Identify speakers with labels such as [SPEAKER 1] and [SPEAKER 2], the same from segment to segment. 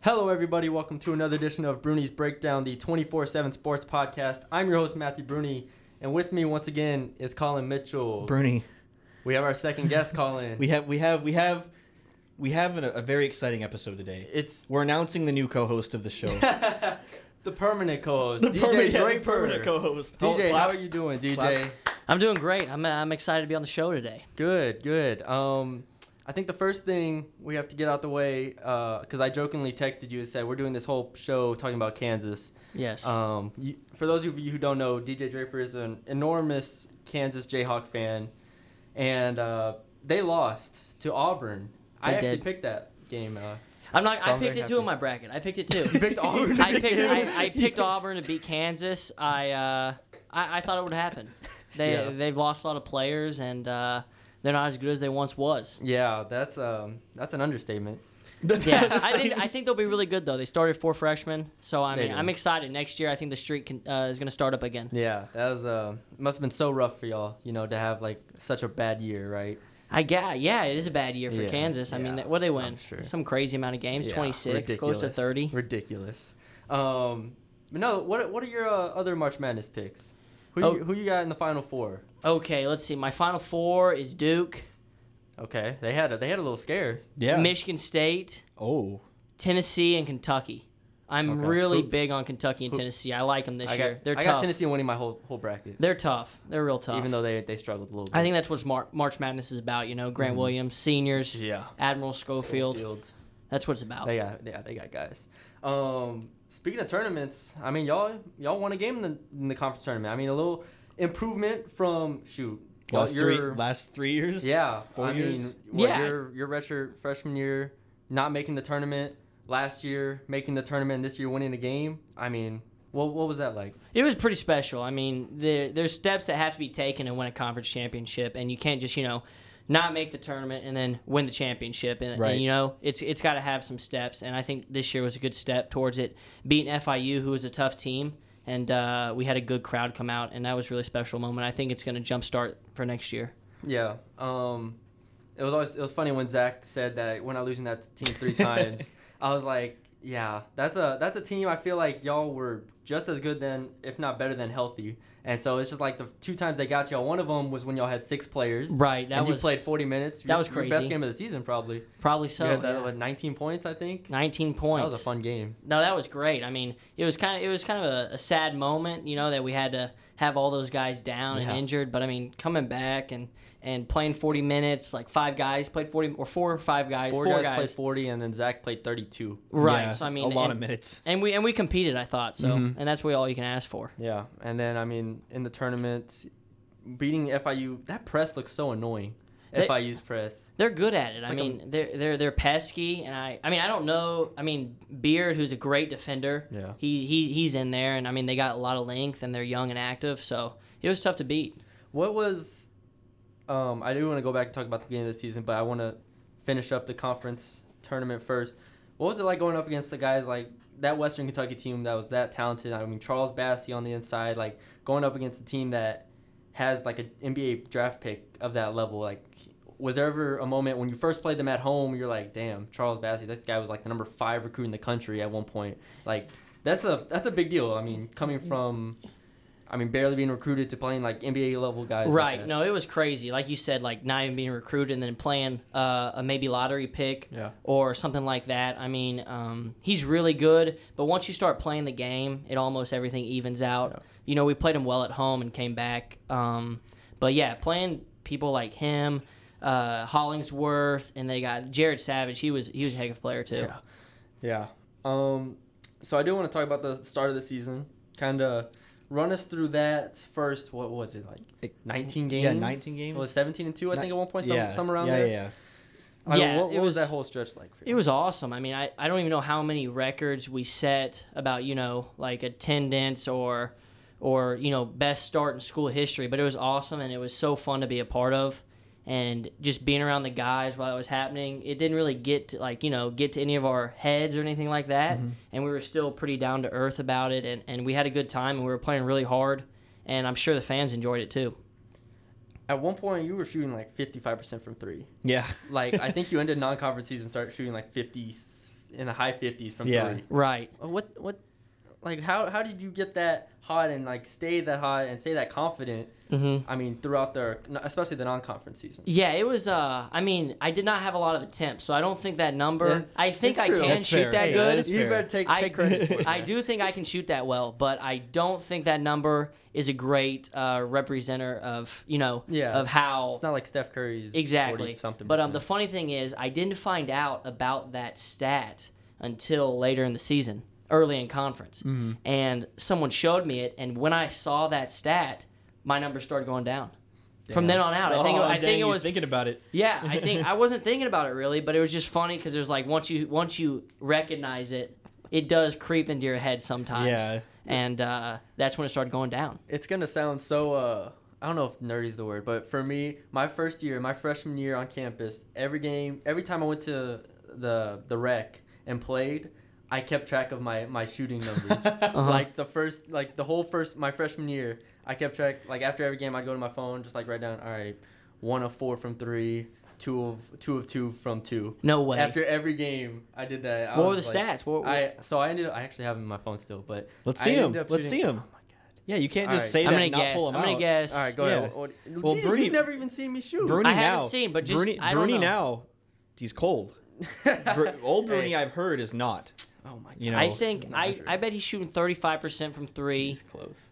[SPEAKER 1] Hello, everybody. Welcome to another edition of Bruni's Breakdown, the 24 7 sports podcast. I'm your host, Matthew Bruni, and with me once again is Colin Mitchell.
[SPEAKER 2] Bruni.
[SPEAKER 1] we have our second guest, Colin.
[SPEAKER 2] We have we have we have we have a, a very exciting episode today.
[SPEAKER 1] it's
[SPEAKER 2] We're announcing the new co-host of the show.
[SPEAKER 1] the permanent co host,
[SPEAKER 2] The
[SPEAKER 1] DJ
[SPEAKER 2] permanent- yeah, the
[SPEAKER 1] Draper.
[SPEAKER 2] permanent co-host. Oh,
[SPEAKER 1] DJ, how are
[SPEAKER 2] claps.
[SPEAKER 1] you doing, DJ?
[SPEAKER 2] Claps.
[SPEAKER 3] I'm doing great. I'm, uh, I'm excited to be on the show today.
[SPEAKER 1] Good, good. Um, I think the first thing we have to get out the way, because I jokingly texted you and said we're doing this whole show talking about Kansas.
[SPEAKER 3] Yes.
[SPEAKER 1] Um, you, for those of you who don't know, DJ Draper is an enormous Kansas Jayhawk fan, and uh, they lost to Auburn. I
[SPEAKER 3] They
[SPEAKER 1] actually
[SPEAKER 3] did.
[SPEAKER 1] picked that game. Uh,
[SPEAKER 3] I'm not.
[SPEAKER 1] so
[SPEAKER 3] I
[SPEAKER 1] I'm
[SPEAKER 3] picked it
[SPEAKER 1] very
[SPEAKER 3] too in
[SPEAKER 1] happy.
[SPEAKER 3] my bracket. I picked it too.
[SPEAKER 1] You picked Auburn to
[SPEAKER 3] I
[SPEAKER 1] beat
[SPEAKER 3] picked.
[SPEAKER 1] Kansas?
[SPEAKER 3] I, I picked Auburn to beat Kansas. I uh, I, I thought it would happen. They
[SPEAKER 1] Yeah.
[SPEAKER 3] they've lost a lot of players and uh, they're not as good as they once was.
[SPEAKER 1] yeah, that's um, that's an understatement.
[SPEAKER 3] Yeah, I think I think they'll be really good though. They started four freshmen, so I
[SPEAKER 1] They
[SPEAKER 3] mean
[SPEAKER 1] do.
[SPEAKER 3] I'm excited. Next year I think the streak can, uh, is going to start up again.
[SPEAKER 1] Yeah, that was uh, must have been so rough for y'all, you know, to have like such a bad year, right?
[SPEAKER 3] I get, yeah, it is a bad year for
[SPEAKER 1] Yeah,
[SPEAKER 3] Kansas. I mean,
[SPEAKER 1] yeah,
[SPEAKER 3] that, what they
[SPEAKER 1] I'm
[SPEAKER 3] win?
[SPEAKER 1] sure.
[SPEAKER 3] Some crazy amount of games,
[SPEAKER 1] Yeah,
[SPEAKER 3] 26, close
[SPEAKER 1] ridiculous.
[SPEAKER 3] to 30.
[SPEAKER 1] Ridiculous. Um, but no, what what are your uh, other March Madness picks? Who
[SPEAKER 3] Oh.
[SPEAKER 1] you, who you got in the Final Four?
[SPEAKER 3] Okay, let's see. My final four is Duke,
[SPEAKER 1] Okay, they had a they had a little scare.
[SPEAKER 2] yeah.
[SPEAKER 3] Michigan State,
[SPEAKER 2] oh.
[SPEAKER 3] Tennessee, and Kentucky. I'm
[SPEAKER 1] Okay.
[SPEAKER 3] really
[SPEAKER 1] Who-
[SPEAKER 3] big on Kentucky and
[SPEAKER 1] who-
[SPEAKER 3] Tennessee. I like them this
[SPEAKER 1] I
[SPEAKER 3] year.
[SPEAKER 1] got
[SPEAKER 3] They're
[SPEAKER 1] I
[SPEAKER 3] tough.
[SPEAKER 1] got Tennessee winning my whole whole bracket,
[SPEAKER 3] They're tough. They're real tough.
[SPEAKER 1] even though they they struggled a little. bit.
[SPEAKER 3] I think that's what Mar- March Madness is about. You know, Grant Williams, seniors,
[SPEAKER 1] Mm-hmm. yeah,
[SPEAKER 3] Admiral Schofield.
[SPEAKER 1] Schofield.
[SPEAKER 3] That's what it's about.
[SPEAKER 1] They got yeah they got guys. Um, speaking of tournaments, I mean y'all y'all won a game in the, in the conference tournament. I mean a little improvement from shoot. y'all-
[SPEAKER 2] Last three
[SPEAKER 1] your-
[SPEAKER 2] last three years?
[SPEAKER 1] Yeah,
[SPEAKER 2] Four
[SPEAKER 1] I mean,
[SPEAKER 2] years?
[SPEAKER 1] well,
[SPEAKER 3] Yeah.
[SPEAKER 1] your your redshirt freshman year, not making the tournament last year, making the tournament this year, winning the game. I mean, what what was that like?
[SPEAKER 3] It was pretty special. I mean, there, there's steps that have to be taken to win a conference championship, and you can't just, you know, not make the tournament and then win the championship. And, and,
[SPEAKER 2] Right.
[SPEAKER 3] you know, it's it's got to have some steps. And I think this year was a good step towards it, beating FIU, who was a tough team, and uh, we had a good crowd come out, and that was a really special moment. I think it's going to jumpstart for next year.
[SPEAKER 1] Yeah, um, it was always it was funny when Zach said that we're not losing that team three times. I was like, yeah, that's a that's a team. I feel like y'all were just as good then, if not better than healthy. And so it's just like the two times they got y'all. One of them was when y'all had six players.
[SPEAKER 3] Right. That
[SPEAKER 1] and
[SPEAKER 3] was
[SPEAKER 1] you played 40 minutes.
[SPEAKER 3] that
[SPEAKER 1] Your-
[SPEAKER 3] was
[SPEAKER 1] Your best
[SPEAKER 3] crazy.
[SPEAKER 1] game of the season, probably.
[SPEAKER 3] probably so.
[SPEAKER 1] you had that,
[SPEAKER 3] yeah.
[SPEAKER 1] what, 19 points, I think.
[SPEAKER 3] 19 points.
[SPEAKER 1] That was a fun game.
[SPEAKER 3] No, that was great. I mean, it was kind of it was kind of a, a sad moment, you know, that we had to have all those guys down
[SPEAKER 1] Yeah.
[SPEAKER 3] and injured. But I mean, coming back and and playing forty minutes, like five guys played forty or four or five guys,
[SPEAKER 1] Four,
[SPEAKER 3] four,
[SPEAKER 1] guys,
[SPEAKER 3] guys,
[SPEAKER 1] played 40, and then Zach played 32.
[SPEAKER 3] right?
[SPEAKER 2] Yeah,
[SPEAKER 3] So I mean,
[SPEAKER 2] a lot
[SPEAKER 3] and,
[SPEAKER 2] of minutes.
[SPEAKER 3] and we and we competed. I thought so,
[SPEAKER 1] Mhm.
[SPEAKER 3] and that's what all you can ask for.
[SPEAKER 1] Yeah, and then I mean in the tournament, beating FIU. That press looks so annoying.
[SPEAKER 3] They-
[SPEAKER 1] FIU's press.
[SPEAKER 3] They're good at it. I
[SPEAKER 1] like a-
[SPEAKER 3] mean, they're they're they're pesky, and I I mean I don't know. I mean Beard, who's a great defender,
[SPEAKER 1] Yeah.
[SPEAKER 3] he he he's in there, and I mean they got a lot of length, and they're young and active, so it was tough to beat.
[SPEAKER 1] What was? Um, I do want to go back and talk about the beginning of the season, but I want to finish up the conference tournament first. What was it like going up against the guys like that Western Kentucky team that was that talented? I mean Charles Bassie on the inside, like going up against a team that has like an NBA draft pick of that level. Like, was there ever a moment when you first played them at home, you're like, damn, Charles Bassie, this guy was like the number five recruit in the country at one point. Like, that's a that's a big deal. I mean, coming
[SPEAKER 3] Mm.
[SPEAKER 1] from. I mean, barely being recruited to playing like NBA level guys. like
[SPEAKER 3] Right.
[SPEAKER 1] that.
[SPEAKER 3] no, it was crazy. Like you said, like not even being recruited and then playing uh, a maybe lottery pick
[SPEAKER 1] Yeah.
[SPEAKER 3] or something like that. I mean, um, he's really good, but once you start playing the game, it almost everything evens out. You know, we played him well at home and came back. Um, but yeah, playing people like him, uh, Hollingsworth, and they got Jared Savage. He was he was a heck of a player too.
[SPEAKER 1] Yeah. Yeah. Um, so I do want to talk about the start of the season. Kind of run us through that first. What was it like?
[SPEAKER 2] Like,
[SPEAKER 1] 19 games.
[SPEAKER 2] yeah, 19 games.
[SPEAKER 1] It was 17 and two, I
[SPEAKER 2] Ni-
[SPEAKER 1] think, at one point.
[SPEAKER 2] yeah.
[SPEAKER 1] Some, some around
[SPEAKER 2] yeah,
[SPEAKER 1] there.
[SPEAKER 2] Yeah,
[SPEAKER 1] I mean,
[SPEAKER 3] Yeah,
[SPEAKER 1] what
[SPEAKER 3] it
[SPEAKER 1] what was,
[SPEAKER 3] was-
[SPEAKER 1] that whole stretch like for you?
[SPEAKER 3] It was awesome. I mean, I, I don't even know how many records we set about, you know, like attendance or or, you know, best start in school history, but it was awesome and it was so fun to be a part of and just being around the guys while it was happening. It didn't really get to like, you know, get to any of our heads or anything like that. And we were still pretty down to earth about it and, and we had a good time and we were playing really hard and I'm sure the fans enjoyed it too.
[SPEAKER 1] At one point, you were shooting like 55% from three.
[SPEAKER 2] yeah. Yeah.
[SPEAKER 1] Like, I think you ended non conference season start shooting like 50. in the high 50s from
[SPEAKER 2] Yeah.
[SPEAKER 1] three.
[SPEAKER 3] Right.
[SPEAKER 1] Oh, What what like how how did you get that hot and like stay that hot and stay that confident?
[SPEAKER 3] Mm-hmm.
[SPEAKER 1] I mean, throughout their especially the non-conference season.
[SPEAKER 3] Yeah, it was. Uh, I mean, I did not have a lot of attempts, so I don't think that number.
[SPEAKER 1] That's-
[SPEAKER 3] I think
[SPEAKER 1] that's
[SPEAKER 3] I
[SPEAKER 1] true.
[SPEAKER 3] can
[SPEAKER 2] That's
[SPEAKER 3] shoot
[SPEAKER 2] fair.
[SPEAKER 3] that
[SPEAKER 2] Hey,
[SPEAKER 3] good.
[SPEAKER 2] that is- It's
[SPEAKER 1] you
[SPEAKER 2] fair.
[SPEAKER 1] better take
[SPEAKER 3] I-
[SPEAKER 1] take credit. For it,
[SPEAKER 3] I
[SPEAKER 1] man.
[SPEAKER 3] do think I can shoot that well, but I don't think that number is a great uh, representer of you know
[SPEAKER 1] Yeah.
[SPEAKER 3] of how
[SPEAKER 1] It's not like Steph Curry's
[SPEAKER 3] exactly
[SPEAKER 1] something.
[SPEAKER 3] But um, the funny thing is, I didn't find out about that stat until later in the season, early in conference,
[SPEAKER 1] Mm-hmm.
[SPEAKER 3] and someone showed me it. And when I saw that stat, my numbers started going down. From then
[SPEAKER 1] Damn.
[SPEAKER 3] on out, I think
[SPEAKER 2] Oh,
[SPEAKER 3] I
[SPEAKER 2] dang,
[SPEAKER 3] think it
[SPEAKER 2] you're
[SPEAKER 3] was
[SPEAKER 2] thinking about it.
[SPEAKER 3] yeah, I think I wasn't thinking about it really, but it was just funny because there's like once you once you recognize it, it does creep into your head sometimes.
[SPEAKER 2] Yeah.
[SPEAKER 3] And uh, that's when it started going down.
[SPEAKER 1] it's gonna sound so uh I don't know if nerdy is the word, but for me, my first year, my freshman year on campus, every game, every time I went to the the rec and played, I kept track of my my shooting numbers.
[SPEAKER 3] Uh-huh.
[SPEAKER 1] Like the first, like the whole first, my freshman year, I kept track. Like after every game, I'd go to my phone, just like write down, all right, one of four from three, two of two of two from two.
[SPEAKER 3] No way.
[SPEAKER 1] After every game, I did that. I
[SPEAKER 3] what were the
[SPEAKER 1] was like-
[SPEAKER 3] stats? What, what-
[SPEAKER 1] I so I ended. up, I actually have it in my phone still, but
[SPEAKER 2] Let's
[SPEAKER 1] I
[SPEAKER 2] see
[SPEAKER 1] ended
[SPEAKER 2] him.
[SPEAKER 1] up
[SPEAKER 2] Let's see
[SPEAKER 1] shooting-
[SPEAKER 2] him. Yeah, you can't
[SPEAKER 1] All
[SPEAKER 2] just
[SPEAKER 1] right.
[SPEAKER 2] say
[SPEAKER 3] I'm
[SPEAKER 2] that
[SPEAKER 3] gonna
[SPEAKER 2] and not
[SPEAKER 3] guess.
[SPEAKER 2] pull
[SPEAKER 3] I'm
[SPEAKER 2] him
[SPEAKER 3] gonna
[SPEAKER 2] out.
[SPEAKER 3] guess.
[SPEAKER 1] All right, go
[SPEAKER 2] Yeah.
[SPEAKER 1] ahead. What-
[SPEAKER 2] Well,
[SPEAKER 1] Jesus,
[SPEAKER 2] Bruni-
[SPEAKER 1] you've never even seen me shoot.
[SPEAKER 2] Bruni
[SPEAKER 3] I haven't
[SPEAKER 2] now-
[SPEAKER 3] seen, but just-
[SPEAKER 2] Bruni,
[SPEAKER 3] I don't
[SPEAKER 2] Bruni
[SPEAKER 3] know.
[SPEAKER 2] now, he's cold. Br- old Bruni, I've heard, is not.
[SPEAKER 1] oh my god,
[SPEAKER 2] You know,
[SPEAKER 3] I think
[SPEAKER 1] not
[SPEAKER 3] I,
[SPEAKER 1] sure.
[SPEAKER 3] I bet he's shooting 35% from three,
[SPEAKER 1] he's close.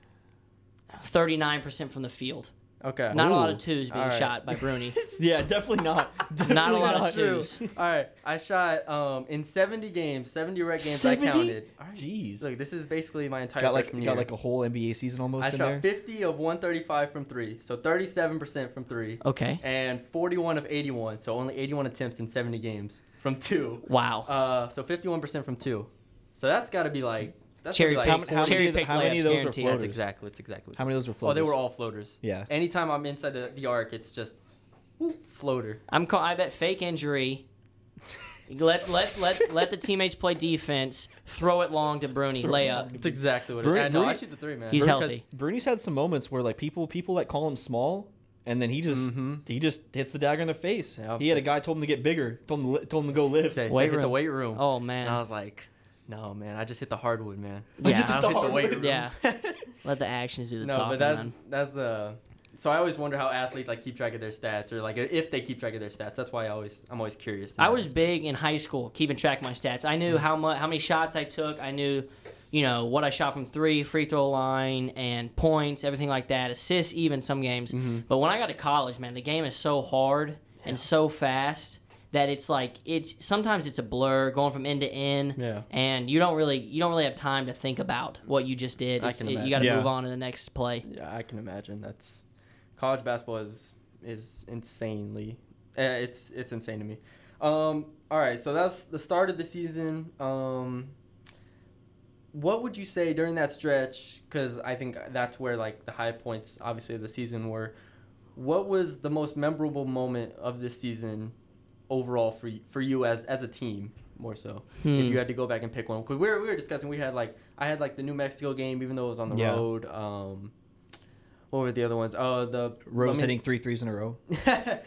[SPEAKER 3] 39% from the field.
[SPEAKER 1] Okay,
[SPEAKER 3] Not a lot
[SPEAKER 2] Ooh.
[SPEAKER 3] of twos being
[SPEAKER 1] All right.
[SPEAKER 3] shot by Bruni.
[SPEAKER 2] yeah, definitely not.
[SPEAKER 3] Not a lot of
[SPEAKER 2] Definitely
[SPEAKER 3] twos.
[SPEAKER 1] All right, I shot um in seventy games, seventy rec games. I
[SPEAKER 2] 70?
[SPEAKER 1] counted. All right.
[SPEAKER 2] Jeez,
[SPEAKER 1] Look, this is basically my entire
[SPEAKER 2] got like
[SPEAKER 1] freshman
[SPEAKER 2] got
[SPEAKER 1] year.
[SPEAKER 2] like a whole NBA season almost
[SPEAKER 1] I
[SPEAKER 2] in
[SPEAKER 1] shot
[SPEAKER 2] there.
[SPEAKER 1] fifty of one thirty-five from three, so thirty-seven percent from three,
[SPEAKER 3] Okay.
[SPEAKER 1] and forty-one of eighty-one, so only eighty-one attempts in seventy games from two.
[SPEAKER 3] Wow.
[SPEAKER 1] Uh, so fifty-one percent from two. So that's got to be like that's
[SPEAKER 3] Cherry
[SPEAKER 1] gotta be
[SPEAKER 3] pick.
[SPEAKER 2] how,
[SPEAKER 1] like
[SPEAKER 2] many- how many, of the-
[SPEAKER 3] Cherry-pick
[SPEAKER 2] how many of
[SPEAKER 3] layups,
[SPEAKER 2] those are
[SPEAKER 3] guaranteed. That's
[SPEAKER 2] floaters?
[SPEAKER 1] That's exactly. That's exactly.
[SPEAKER 2] How many of those were
[SPEAKER 1] Oh,
[SPEAKER 2] floaters?
[SPEAKER 1] they were all floaters.
[SPEAKER 2] Yeah.
[SPEAKER 1] Anytime I'm inside the, the arc, it's just whoop, floater.
[SPEAKER 3] I'm call- I bet fake injury. Let let let let the teammates play defense. Throw it long to Bruni layup.
[SPEAKER 1] That's exactly what
[SPEAKER 2] Bruni-
[SPEAKER 1] it is. No, I
[SPEAKER 2] Bruni-
[SPEAKER 1] shoot the three, man.
[SPEAKER 3] He's
[SPEAKER 1] Because-
[SPEAKER 3] healthy.
[SPEAKER 2] Bruni's had some moments where like people people that call him small, and then he just
[SPEAKER 1] Mhm.
[SPEAKER 2] he just hits the dagger in the face.
[SPEAKER 1] Yeah.
[SPEAKER 2] he had a guy told him to get bigger, told him to, li- told him to go live.
[SPEAKER 1] Say, say,
[SPEAKER 3] Weight
[SPEAKER 1] hit the
[SPEAKER 3] room.
[SPEAKER 1] weight room.
[SPEAKER 3] Oh
[SPEAKER 1] And I
[SPEAKER 3] man,
[SPEAKER 1] was like, no, man, I just hit the hardwood, man.
[SPEAKER 3] I just
[SPEAKER 1] I
[SPEAKER 2] hit
[SPEAKER 1] don't
[SPEAKER 2] the
[SPEAKER 1] hit the weight
[SPEAKER 2] hardwood.
[SPEAKER 1] room.
[SPEAKER 3] Yeah. let the actions do the
[SPEAKER 1] no,
[SPEAKER 3] talking.
[SPEAKER 1] but that's
[SPEAKER 3] man.
[SPEAKER 1] that's the. So I always wonder how athletes like keep track of their stats, or like if they keep track of their stats. That's why I always I'm always curious.
[SPEAKER 3] I was big in high school, keeping track of my stats. I knew how much, how many shots I took. I knew, you know, what I shot from three, free throw line, and points, everything like that. Assists, even some games.
[SPEAKER 1] Mm-hmm.
[SPEAKER 3] But when I got to college, man, the game is so hard and so fast that it's like it's sometimes it's a blur going from end to end.
[SPEAKER 1] Yeah.
[SPEAKER 3] And you don't really you don't really have time to think about what you just did.
[SPEAKER 1] I
[SPEAKER 3] It's-
[SPEAKER 1] can
[SPEAKER 3] it- you
[SPEAKER 1] imagine.
[SPEAKER 3] got to
[SPEAKER 2] Yeah.
[SPEAKER 3] move on to the next play.
[SPEAKER 1] Yeah, I can imagine. That's college basketball is is insanely. eh, It's it's insane to me. Um, all right, so that's the start of the season. Um, what would you say during that stretch? Because I think that's where like the high points, obviously, of the season were. What was the most memorable moment of this season overall for y- for you as as a team? More so, if
[SPEAKER 3] Hmm.
[SPEAKER 1] you had to go back and pick one, because we were, we were discussing, we had like I had like the New Mexico game, even though it was on the
[SPEAKER 2] Yeah.
[SPEAKER 1] road. Um, what were the other ones? Oh, the
[SPEAKER 2] Rose
[SPEAKER 1] I mean-
[SPEAKER 2] hitting three threes in a row.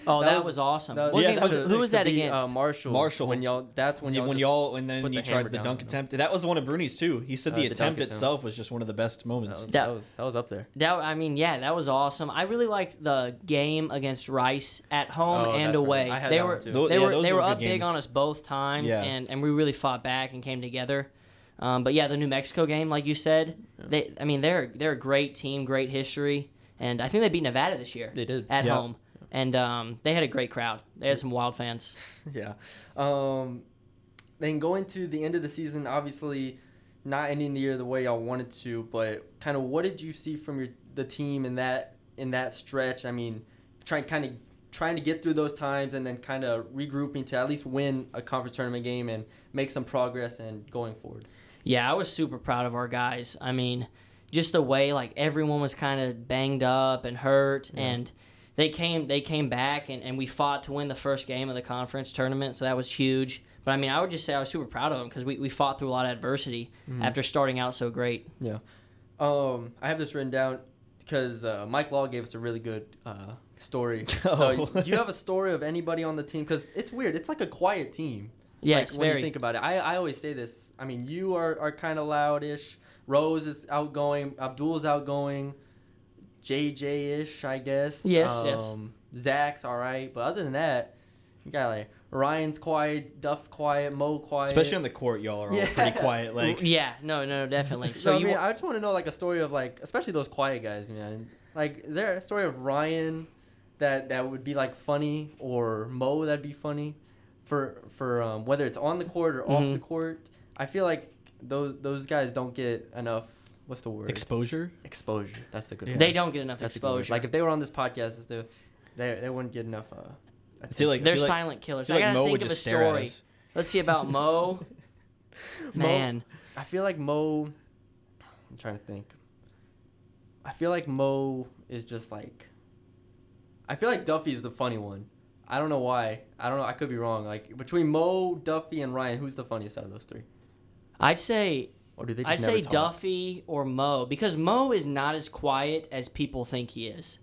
[SPEAKER 3] Oh, that, was,
[SPEAKER 1] was
[SPEAKER 3] awesome.
[SPEAKER 1] that-
[SPEAKER 3] What
[SPEAKER 2] yeah,
[SPEAKER 3] game-
[SPEAKER 2] that
[SPEAKER 3] was-
[SPEAKER 2] was-
[SPEAKER 3] who
[SPEAKER 1] to-
[SPEAKER 3] was
[SPEAKER 1] to
[SPEAKER 3] that
[SPEAKER 1] beat,
[SPEAKER 3] against?
[SPEAKER 1] Uh, Marshall.
[SPEAKER 2] Marshall.
[SPEAKER 1] When y'all. That's when
[SPEAKER 2] When, you,
[SPEAKER 1] y'all.
[SPEAKER 2] when
[SPEAKER 1] just-
[SPEAKER 2] y'all and then
[SPEAKER 1] put
[SPEAKER 2] you
[SPEAKER 1] the hammer
[SPEAKER 2] tried the
[SPEAKER 1] down
[SPEAKER 2] dunk
[SPEAKER 1] on them.
[SPEAKER 2] attempt. That was one of Bruni's too. He said
[SPEAKER 1] Uh,
[SPEAKER 2] the
[SPEAKER 1] the dunk
[SPEAKER 2] attempt
[SPEAKER 1] attempt.
[SPEAKER 2] itself was just one of the best
[SPEAKER 1] That
[SPEAKER 2] moments.
[SPEAKER 1] was,
[SPEAKER 3] That-
[SPEAKER 1] that was that was up there.
[SPEAKER 3] That I mean, yeah, that was awesome. I really liked the game against Rice at home
[SPEAKER 1] Oh,
[SPEAKER 3] and
[SPEAKER 1] that's right.
[SPEAKER 3] away.
[SPEAKER 1] I had
[SPEAKER 3] they
[SPEAKER 1] that one
[SPEAKER 3] were
[SPEAKER 1] too.
[SPEAKER 2] Tho-
[SPEAKER 3] they
[SPEAKER 2] yeah,
[SPEAKER 3] were
[SPEAKER 2] those
[SPEAKER 3] they
[SPEAKER 2] were
[SPEAKER 3] were
[SPEAKER 2] good
[SPEAKER 3] up big
[SPEAKER 2] games.
[SPEAKER 3] on us both times,
[SPEAKER 2] Yeah.
[SPEAKER 3] and and we really fought back and came together. Um, but yeah, the New Mexico game, like you said, they I mean they're they're a great team, great history, and I think they beat Nevada this year
[SPEAKER 1] They did.
[SPEAKER 3] at
[SPEAKER 2] Yeah.
[SPEAKER 3] home, and um, they had a great crowd. They had some wild fans.
[SPEAKER 1] yeah. Um, then going to the end of the season, obviously not ending the year the way y'all wanted to, but kind of what did you see from your the team in that in that stretch? I mean, trying kind of trying to get through those times and then kind of regrouping to at least win a conference tournament game and make some progress and going forward.
[SPEAKER 3] Yeah, I was super proud of our guys. I mean, just the way like everyone was kind of banged up and hurt and they came they came back and, and we fought to win the first game of the conference tournament, so that was huge. But I mean, I would just say I was super proud of them because we, we fought through a lot of adversity
[SPEAKER 2] Mm-hmm.
[SPEAKER 3] after starting out so great.
[SPEAKER 1] Um, I have this written down because uh, Mike Law gave us a really good uh, story.
[SPEAKER 2] Oh.
[SPEAKER 1] So, do you have a story of anybody on the team? Because it's weird. It's like a quiet team.
[SPEAKER 3] Yeah,
[SPEAKER 1] Like,
[SPEAKER 3] it's
[SPEAKER 1] when
[SPEAKER 3] very-
[SPEAKER 1] you think about it, I, I always say this. I mean, you are, are kind of loudish. Rose is outgoing. Abdul's outgoing. JJ ish, I guess.
[SPEAKER 3] Yes, yes.
[SPEAKER 1] yes. Zach's all right, but other than that, you got like Ryan's quiet, Duff quiet, Mo quiet.
[SPEAKER 2] Especially on the court, y'all are all
[SPEAKER 1] Yeah.
[SPEAKER 2] pretty quiet. Like,
[SPEAKER 3] yeah, no, no, definitely.
[SPEAKER 1] So,
[SPEAKER 3] So
[SPEAKER 1] I
[SPEAKER 3] you,
[SPEAKER 1] mean, I just want to know like a story of like, especially those quiet guys, man. Like, is there a story of Ryan that that would be like funny or Mo that'd be funny for for um, whether it's on the court or off
[SPEAKER 3] Mhm.
[SPEAKER 1] the court? I feel like those those guys don't get enough. What's the word?
[SPEAKER 2] exposure.
[SPEAKER 1] exposure. That's the good.
[SPEAKER 2] Yeah.
[SPEAKER 1] word.
[SPEAKER 3] they don't get enough
[SPEAKER 1] That's a good word.
[SPEAKER 3] exposure.
[SPEAKER 1] Like if they were on this podcast, it's the- they they wouldn't get enough. Uh,
[SPEAKER 2] feel like-
[SPEAKER 1] attention.
[SPEAKER 3] they're
[SPEAKER 2] I feel
[SPEAKER 3] silent
[SPEAKER 2] I
[SPEAKER 3] killers.
[SPEAKER 2] feel
[SPEAKER 3] I
[SPEAKER 2] like
[SPEAKER 3] gotta
[SPEAKER 2] Mo would
[SPEAKER 3] think of a
[SPEAKER 2] just stare at
[SPEAKER 3] story.
[SPEAKER 2] us.
[SPEAKER 3] Let's see about Mo.
[SPEAKER 1] Mo-
[SPEAKER 3] Man,
[SPEAKER 1] I feel like Mo. I'm trying to think. I feel like Mo is just like. I feel like Duffy is the funny one. I don't know why. I don't know. I could be wrong. Like between Mo, Duffy, and Ryan, who's the funniest out of those three?
[SPEAKER 3] I'd say
[SPEAKER 1] Or do they? Just
[SPEAKER 3] I'd
[SPEAKER 1] never
[SPEAKER 3] say
[SPEAKER 1] talk?
[SPEAKER 3] Duffy or Mo because Mo is not as quiet as people think he is.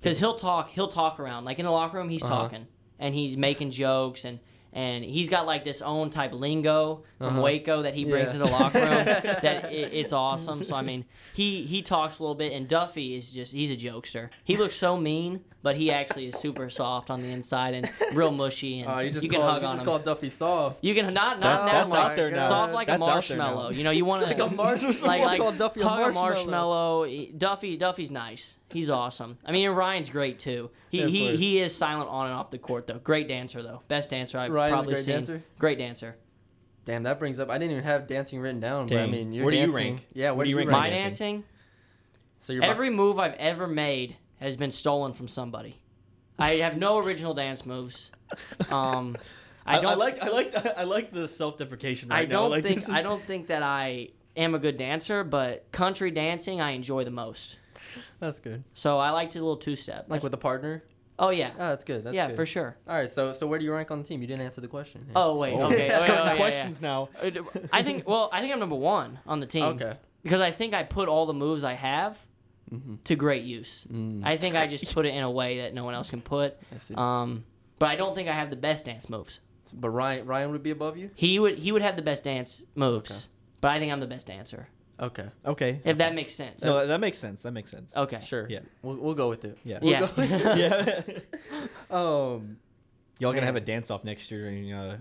[SPEAKER 3] Because he'll talk, he'll talk around. Like in the locker room, he's
[SPEAKER 1] Uh-huh.
[SPEAKER 3] talking and he's making jokes and and he's got like this own type lingo from
[SPEAKER 1] Uh-huh.
[SPEAKER 3] Waco that he brings
[SPEAKER 1] Yeah.
[SPEAKER 3] to the locker room that i it's awesome. So I mean, he he talks a little bit, and Duffy is just he's a jokester. He looks so mean, but he actually is super soft on the inside and real mushy, and
[SPEAKER 1] Uh, you
[SPEAKER 3] you,
[SPEAKER 1] just
[SPEAKER 3] can
[SPEAKER 1] called,
[SPEAKER 3] hug
[SPEAKER 1] you
[SPEAKER 3] on
[SPEAKER 1] just
[SPEAKER 3] him.
[SPEAKER 1] called Duffy soft.
[SPEAKER 3] You can not not
[SPEAKER 2] That-
[SPEAKER 3] now
[SPEAKER 2] that's
[SPEAKER 3] like,
[SPEAKER 2] out there now.
[SPEAKER 3] soft like a
[SPEAKER 2] That's out there now.
[SPEAKER 3] marshmallow. You know, you want
[SPEAKER 1] Like a marshmallow.
[SPEAKER 3] like,
[SPEAKER 1] It's
[SPEAKER 3] like
[SPEAKER 1] called Duffy a
[SPEAKER 3] hug a
[SPEAKER 1] marshmallow.
[SPEAKER 3] marshmallow. Duffy Duffy's nice. He's awesome. I mean, and Ryan's great too. He
[SPEAKER 1] Yeah, of
[SPEAKER 3] he,
[SPEAKER 1] course.
[SPEAKER 3] he is silent on and off the court though. Great dancer though. Best dancer I've
[SPEAKER 1] Ryan's a
[SPEAKER 3] probably
[SPEAKER 1] great
[SPEAKER 3] seen.
[SPEAKER 1] dancer?
[SPEAKER 3] Great dancer.
[SPEAKER 1] Damn, that brings up. I didn't even have dancing written down, but I
[SPEAKER 2] Dang.
[SPEAKER 1] mean, you're
[SPEAKER 2] Where do you
[SPEAKER 1] dancing.
[SPEAKER 2] rank?
[SPEAKER 1] Yeah, where, do you rank?
[SPEAKER 3] My
[SPEAKER 2] dancing?
[SPEAKER 3] dancing.
[SPEAKER 1] So you're every
[SPEAKER 3] Every move I've ever made has been stolen from somebody. I have no original dance moves. Um, I
[SPEAKER 2] I,
[SPEAKER 3] don't.
[SPEAKER 2] I like I like I like the self deprecation. Right
[SPEAKER 3] I don't
[SPEAKER 2] now. Like,
[SPEAKER 3] think
[SPEAKER 2] this is-
[SPEAKER 3] I don't think that I am a good dancer, but country dancing I enjoy the most.
[SPEAKER 1] that's good.
[SPEAKER 3] So I like to do a little two step.
[SPEAKER 1] Like with a partner.
[SPEAKER 3] oh yeah,
[SPEAKER 1] Ah, that's good. That's
[SPEAKER 3] yeah
[SPEAKER 1] good.
[SPEAKER 3] for sure.
[SPEAKER 1] All right, so so where do you rank on the team? You didn't answer the question.
[SPEAKER 3] Oh wait,
[SPEAKER 2] Oh,
[SPEAKER 3] okay.
[SPEAKER 2] it's
[SPEAKER 3] wait,
[SPEAKER 2] gotten
[SPEAKER 3] oh, yeah,
[SPEAKER 2] questions now.
[SPEAKER 3] yeah. I think well, I think I'm number one on the team.
[SPEAKER 1] Okay.
[SPEAKER 3] Because I think I put all the moves I have to great use.
[SPEAKER 2] Mm-hmm. Mm.
[SPEAKER 3] I think I just put it in a way that no one else can put.
[SPEAKER 1] I see.
[SPEAKER 3] Mm. Um, but I don't think I have the best dance moves.
[SPEAKER 1] But Ryan Ryan would be above you.
[SPEAKER 3] He would he would have the best dance moves, but I think I'm the best dancer.
[SPEAKER 1] Okay.
[SPEAKER 2] Okay.
[SPEAKER 3] If that makes sense.
[SPEAKER 2] No, that makes sense. That makes sense.
[SPEAKER 3] okay.
[SPEAKER 1] Sure.
[SPEAKER 2] Yeah.
[SPEAKER 1] We'll, we'll go with it.
[SPEAKER 2] Yeah.
[SPEAKER 1] We'll
[SPEAKER 3] Oh, Yeah.
[SPEAKER 1] go with it.
[SPEAKER 2] yeah.
[SPEAKER 1] Um.
[SPEAKER 2] Y'all
[SPEAKER 1] Man.
[SPEAKER 2] gonna have a dance off next year in uh,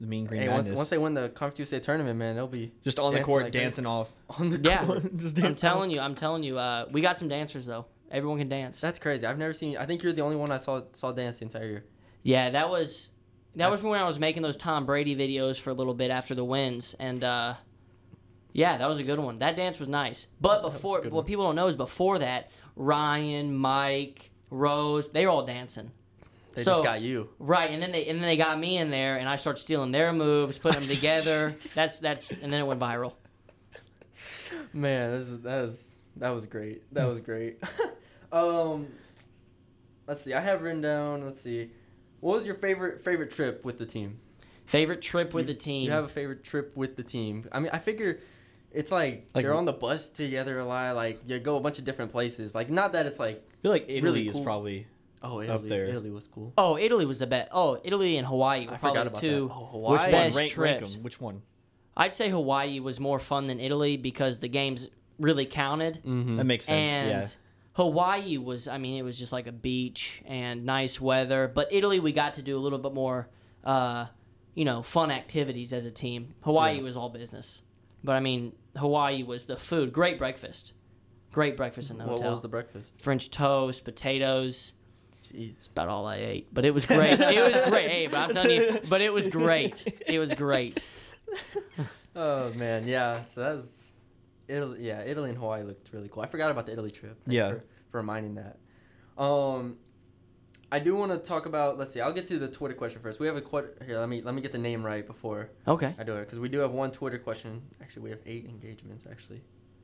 [SPEAKER 2] the Mean Green
[SPEAKER 1] Hey, once,
[SPEAKER 2] Madness.
[SPEAKER 1] once they win the Conference USA tournament, man, they'll be
[SPEAKER 2] just on the
[SPEAKER 1] dancing
[SPEAKER 2] court,
[SPEAKER 1] like crazy.
[SPEAKER 2] dancing off.
[SPEAKER 1] on the
[SPEAKER 3] Yeah.
[SPEAKER 1] court.
[SPEAKER 2] just
[SPEAKER 3] I'm
[SPEAKER 2] dancing off.
[SPEAKER 3] telling you, I'm telling you, uh, we got some dancers though. Everyone can dance.
[SPEAKER 1] That's crazy. I've never seen. I think you're the only one I saw saw dance the entire year.
[SPEAKER 3] yeah, that was that was when I was making those Tom Brady videos for a little bit after the wins, and uh, yeah, that was a good one. That dance was nice. But
[SPEAKER 1] a
[SPEAKER 3] before,
[SPEAKER 1] good
[SPEAKER 3] what
[SPEAKER 1] one.
[SPEAKER 3] people don't know is before that, Ryan, Mike, Rose, they were all dancing.
[SPEAKER 1] They
[SPEAKER 3] So-
[SPEAKER 1] just got you.
[SPEAKER 3] Right, and then they and then they got me in there, and I started stealing their moves, putting them together. That's that's, and then it went viral.
[SPEAKER 1] Man, this is, that is that was great. That was great. um, let's see. I have written down. Let's see. What was your favorite favorite trip with the team?
[SPEAKER 3] Favorite trip with the team.
[SPEAKER 1] You have a favorite trip with the team? I mean, I figure it's like,
[SPEAKER 2] Like-
[SPEAKER 1] you're on the bus together a lot. Like you go a bunch of different places. Like not that it's like
[SPEAKER 2] I feel like Italy
[SPEAKER 1] Really
[SPEAKER 2] is
[SPEAKER 1] cool.
[SPEAKER 2] probably
[SPEAKER 1] oh Italy,
[SPEAKER 2] Up there.
[SPEAKER 1] Italy was cool.
[SPEAKER 3] oh, Italy was the best. Oh, Italy and Hawaii were
[SPEAKER 1] I
[SPEAKER 3] probably
[SPEAKER 1] forgot about
[SPEAKER 3] two.
[SPEAKER 1] that. Oh, Hawaii.
[SPEAKER 2] which one?
[SPEAKER 3] Best
[SPEAKER 2] Rank, rank
[SPEAKER 3] trips.
[SPEAKER 2] 'em. Which one?
[SPEAKER 3] I'd say Hawaii was more fun than Italy because the games really counted.
[SPEAKER 1] Mm-hmm.
[SPEAKER 2] That makes sense.
[SPEAKER 3] and
[SPEAKER 2] yeah.
[SPEAKER 3] Hawaii was, I mean, it was just like a beach and nice weather. But Italy, we got to do a little bit more, uh, you know, fun activities as a team. Hawaii was all business. But I mean, Hawaii was the food. Great breakfast. Great breakfast in the
[SPEAKER 1] What
[SPEAKER 3] hotel.
[SPEAKER 1] was the breakfast?
[SPEAKER 3] French toast, potatoes.
[SPEAKER 1] Jeez.
[SPEAKER 3] It's about all I ate. But it was great. it was great. Hey, but I'm telling you, but it was great. It was great.
[SPEAKER 1] Oh man, yeah. So that's Italy. Yeah, Italy and Hawaii looked really cool. I forgot about the Italy trip. Thank you
[SPEAKER 2] Yeah.
[SPEAKER 1] for, for reminding that. Um, I do want to talk about. Let's see. I'll get to the Twitter question first. We have a quote here. Let me let me get the name right before
[SPEAKER 3] Okay.
[SPEAKER 1] I do it because we do have one Twitter question. Actually, we have eight engagements. Actually,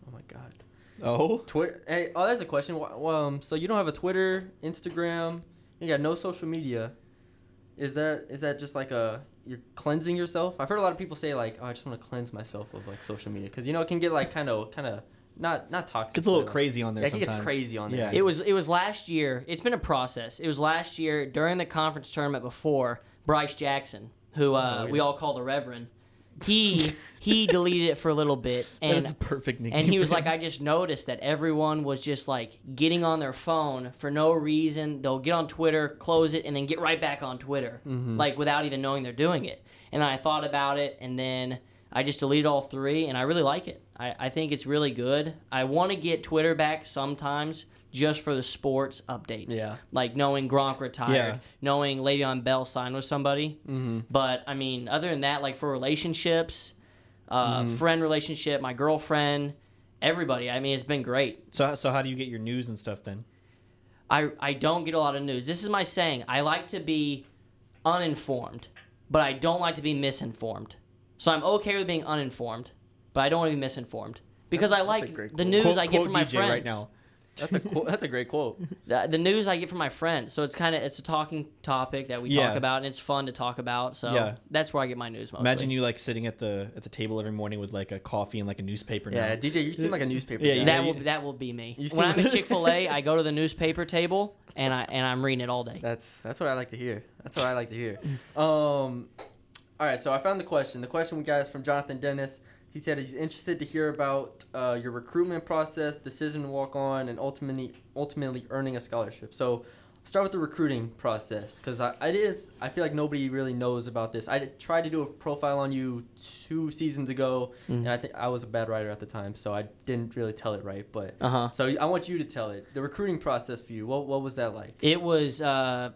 [SPEAKER 1] oh my god.
[SPEAKER 2] Oh.
[SPEAKER 1] Twitter. Hey, oh, there's a question. Wh- wh- Um, so you don't have a Twitter, Instagram. You got no social media. Is that is that just like a you're cleansing yourself? I've heard a lot of people say like, oh, I just want to cleanse myself of like social media because you know it can get like kind of kind of not not toxic.
[SPEAKER 2] Gets a little
[SPEAKER 1] but, like-
[SPEAKER 2] crazy on there
[SPEAKER 1] Yeah, it gets
[SPEAKER 2] sometimes.
[SPEAKER 1] crazy on there.
[SPEAKER 2] Yeah.
[SPEAKER 3] It was it was last year. It's been a process. It was last year during the conference tournament before Bryce Jackson, who uh,
[SPEAKER 1] Oh,
[SPEAKER 3] we
[SPEAKER 1] yeah.
[SPEAKER 3] all call the Reverend, he he deleted it for a little bit,
[SPEAKER 2] That
[SPEAKER 3] and
[SPEAKER 2] is a perfect nickname.
[SPEAKER 3] and he was
[SPEAKER 2] for
[SPEAKER 3] like,
[SPEAKER 2] him.
[SPEAKER 3] I just noticed that everyone was just like getting on their phone for no reason. They'll get on Twitter, close it, and then get right back on Twitter, like without even knowing they're doing it. And I thought about it, and then I just deleted all three, and I really like it. I, I think it's really good. I want to get Twitter back sometimes just for the sports updates.
[SPEAKER 1] Yeah.
[SPEAKER 3] Like knowing Gronk retired,
[SPEAKER 2] Yeah.
[SPEAKER 3] knowing Le'Veon Bell signed with somebody. Mm-hmm. But I mean, other than that, like for relationships, uh, friend relationship, my girlfriend, everybody. I mean, it's been great.
[SPEAKER 2] so so how do you get your news and stuff then?
[SPEAKER 3] I, I don't get a lot of news. This is my saying. I like to be uninformed, but I don't like to be misinformed. So I'm okay with being uninformed, but I don't want to be misinformed because I
[SPEAKER 1] that's a
[SPEAKER 3] like
[SPEAKER 1] great
[SPEAKER 3] the
[SPEAKER 1] quote.
[SPEAKER 3] news
[SPEAKER 2] Quote-
[SPEAKER 3] I get
[SPEAKER 2] quote
[SPEAKER 3] from my
[SPEAKER 2] DJ
[SPEAKER 3] friends.
[SPEAKER 2] right now.
[SPEAKER 1] That's a cool, that's a great quote.
[SPEAKER 3] The, the news I get from my friends. So it's kind of it's a talking topic that we
[SPEAKER 2] Yeah.
[SPEAKER 3] talk about and it's fun to talk about. So
[SPEAKER 2] Yeah.
[SPEAKER 3] that's where I get my news mostly.
[SPEAKER 2] Imagine you like sitting at the at the table every morning with like a coffee and like a newspaper.
[SPEAKER 1] Yeah,
[SPEAKER 2] now.
[SPEAKER 1] DJ, you seem like a newspaper.
[SPEAKER 2] Yeah,
[SPEAKER 1] guy.
[SPEAKER 2] you-
[SPEAKER 3] that
[SPEAKER 2] you-
[SPEAKER 3] will that will be me.
[SPEAKER 1] You
[SPEAKER 3] When
[SPEAKER 1] see-
[SPEAKER 3] I'm at Chick Fil A, I go to the newspaper table and I and I'm reading it all day.
[SPEAKER 1] That's that's what I like to hear. That's what I like to hear. Um, all right, so I found the question. The question we got is from Jonathan Dennis. He said he's interested to hear about uh, your recruitment process, decision to walk on, and ultimately ultimately earning a scholarship. So start with the recruiting process because it is I feel like nobody really knows about this. I did- tried to do a profile on you two seasons ago, and I think I was a bad writer at the time, so I didn't really tell it right. But
[SPEAKER 3] Uh
[SPEAKER 2] Uh-huh.
[SPEAKER 3] huh.
[SPEAKER 1] so I want you to tell it. The recruiting process for you. What what was that like?
[SPEAKER 3] It was uh,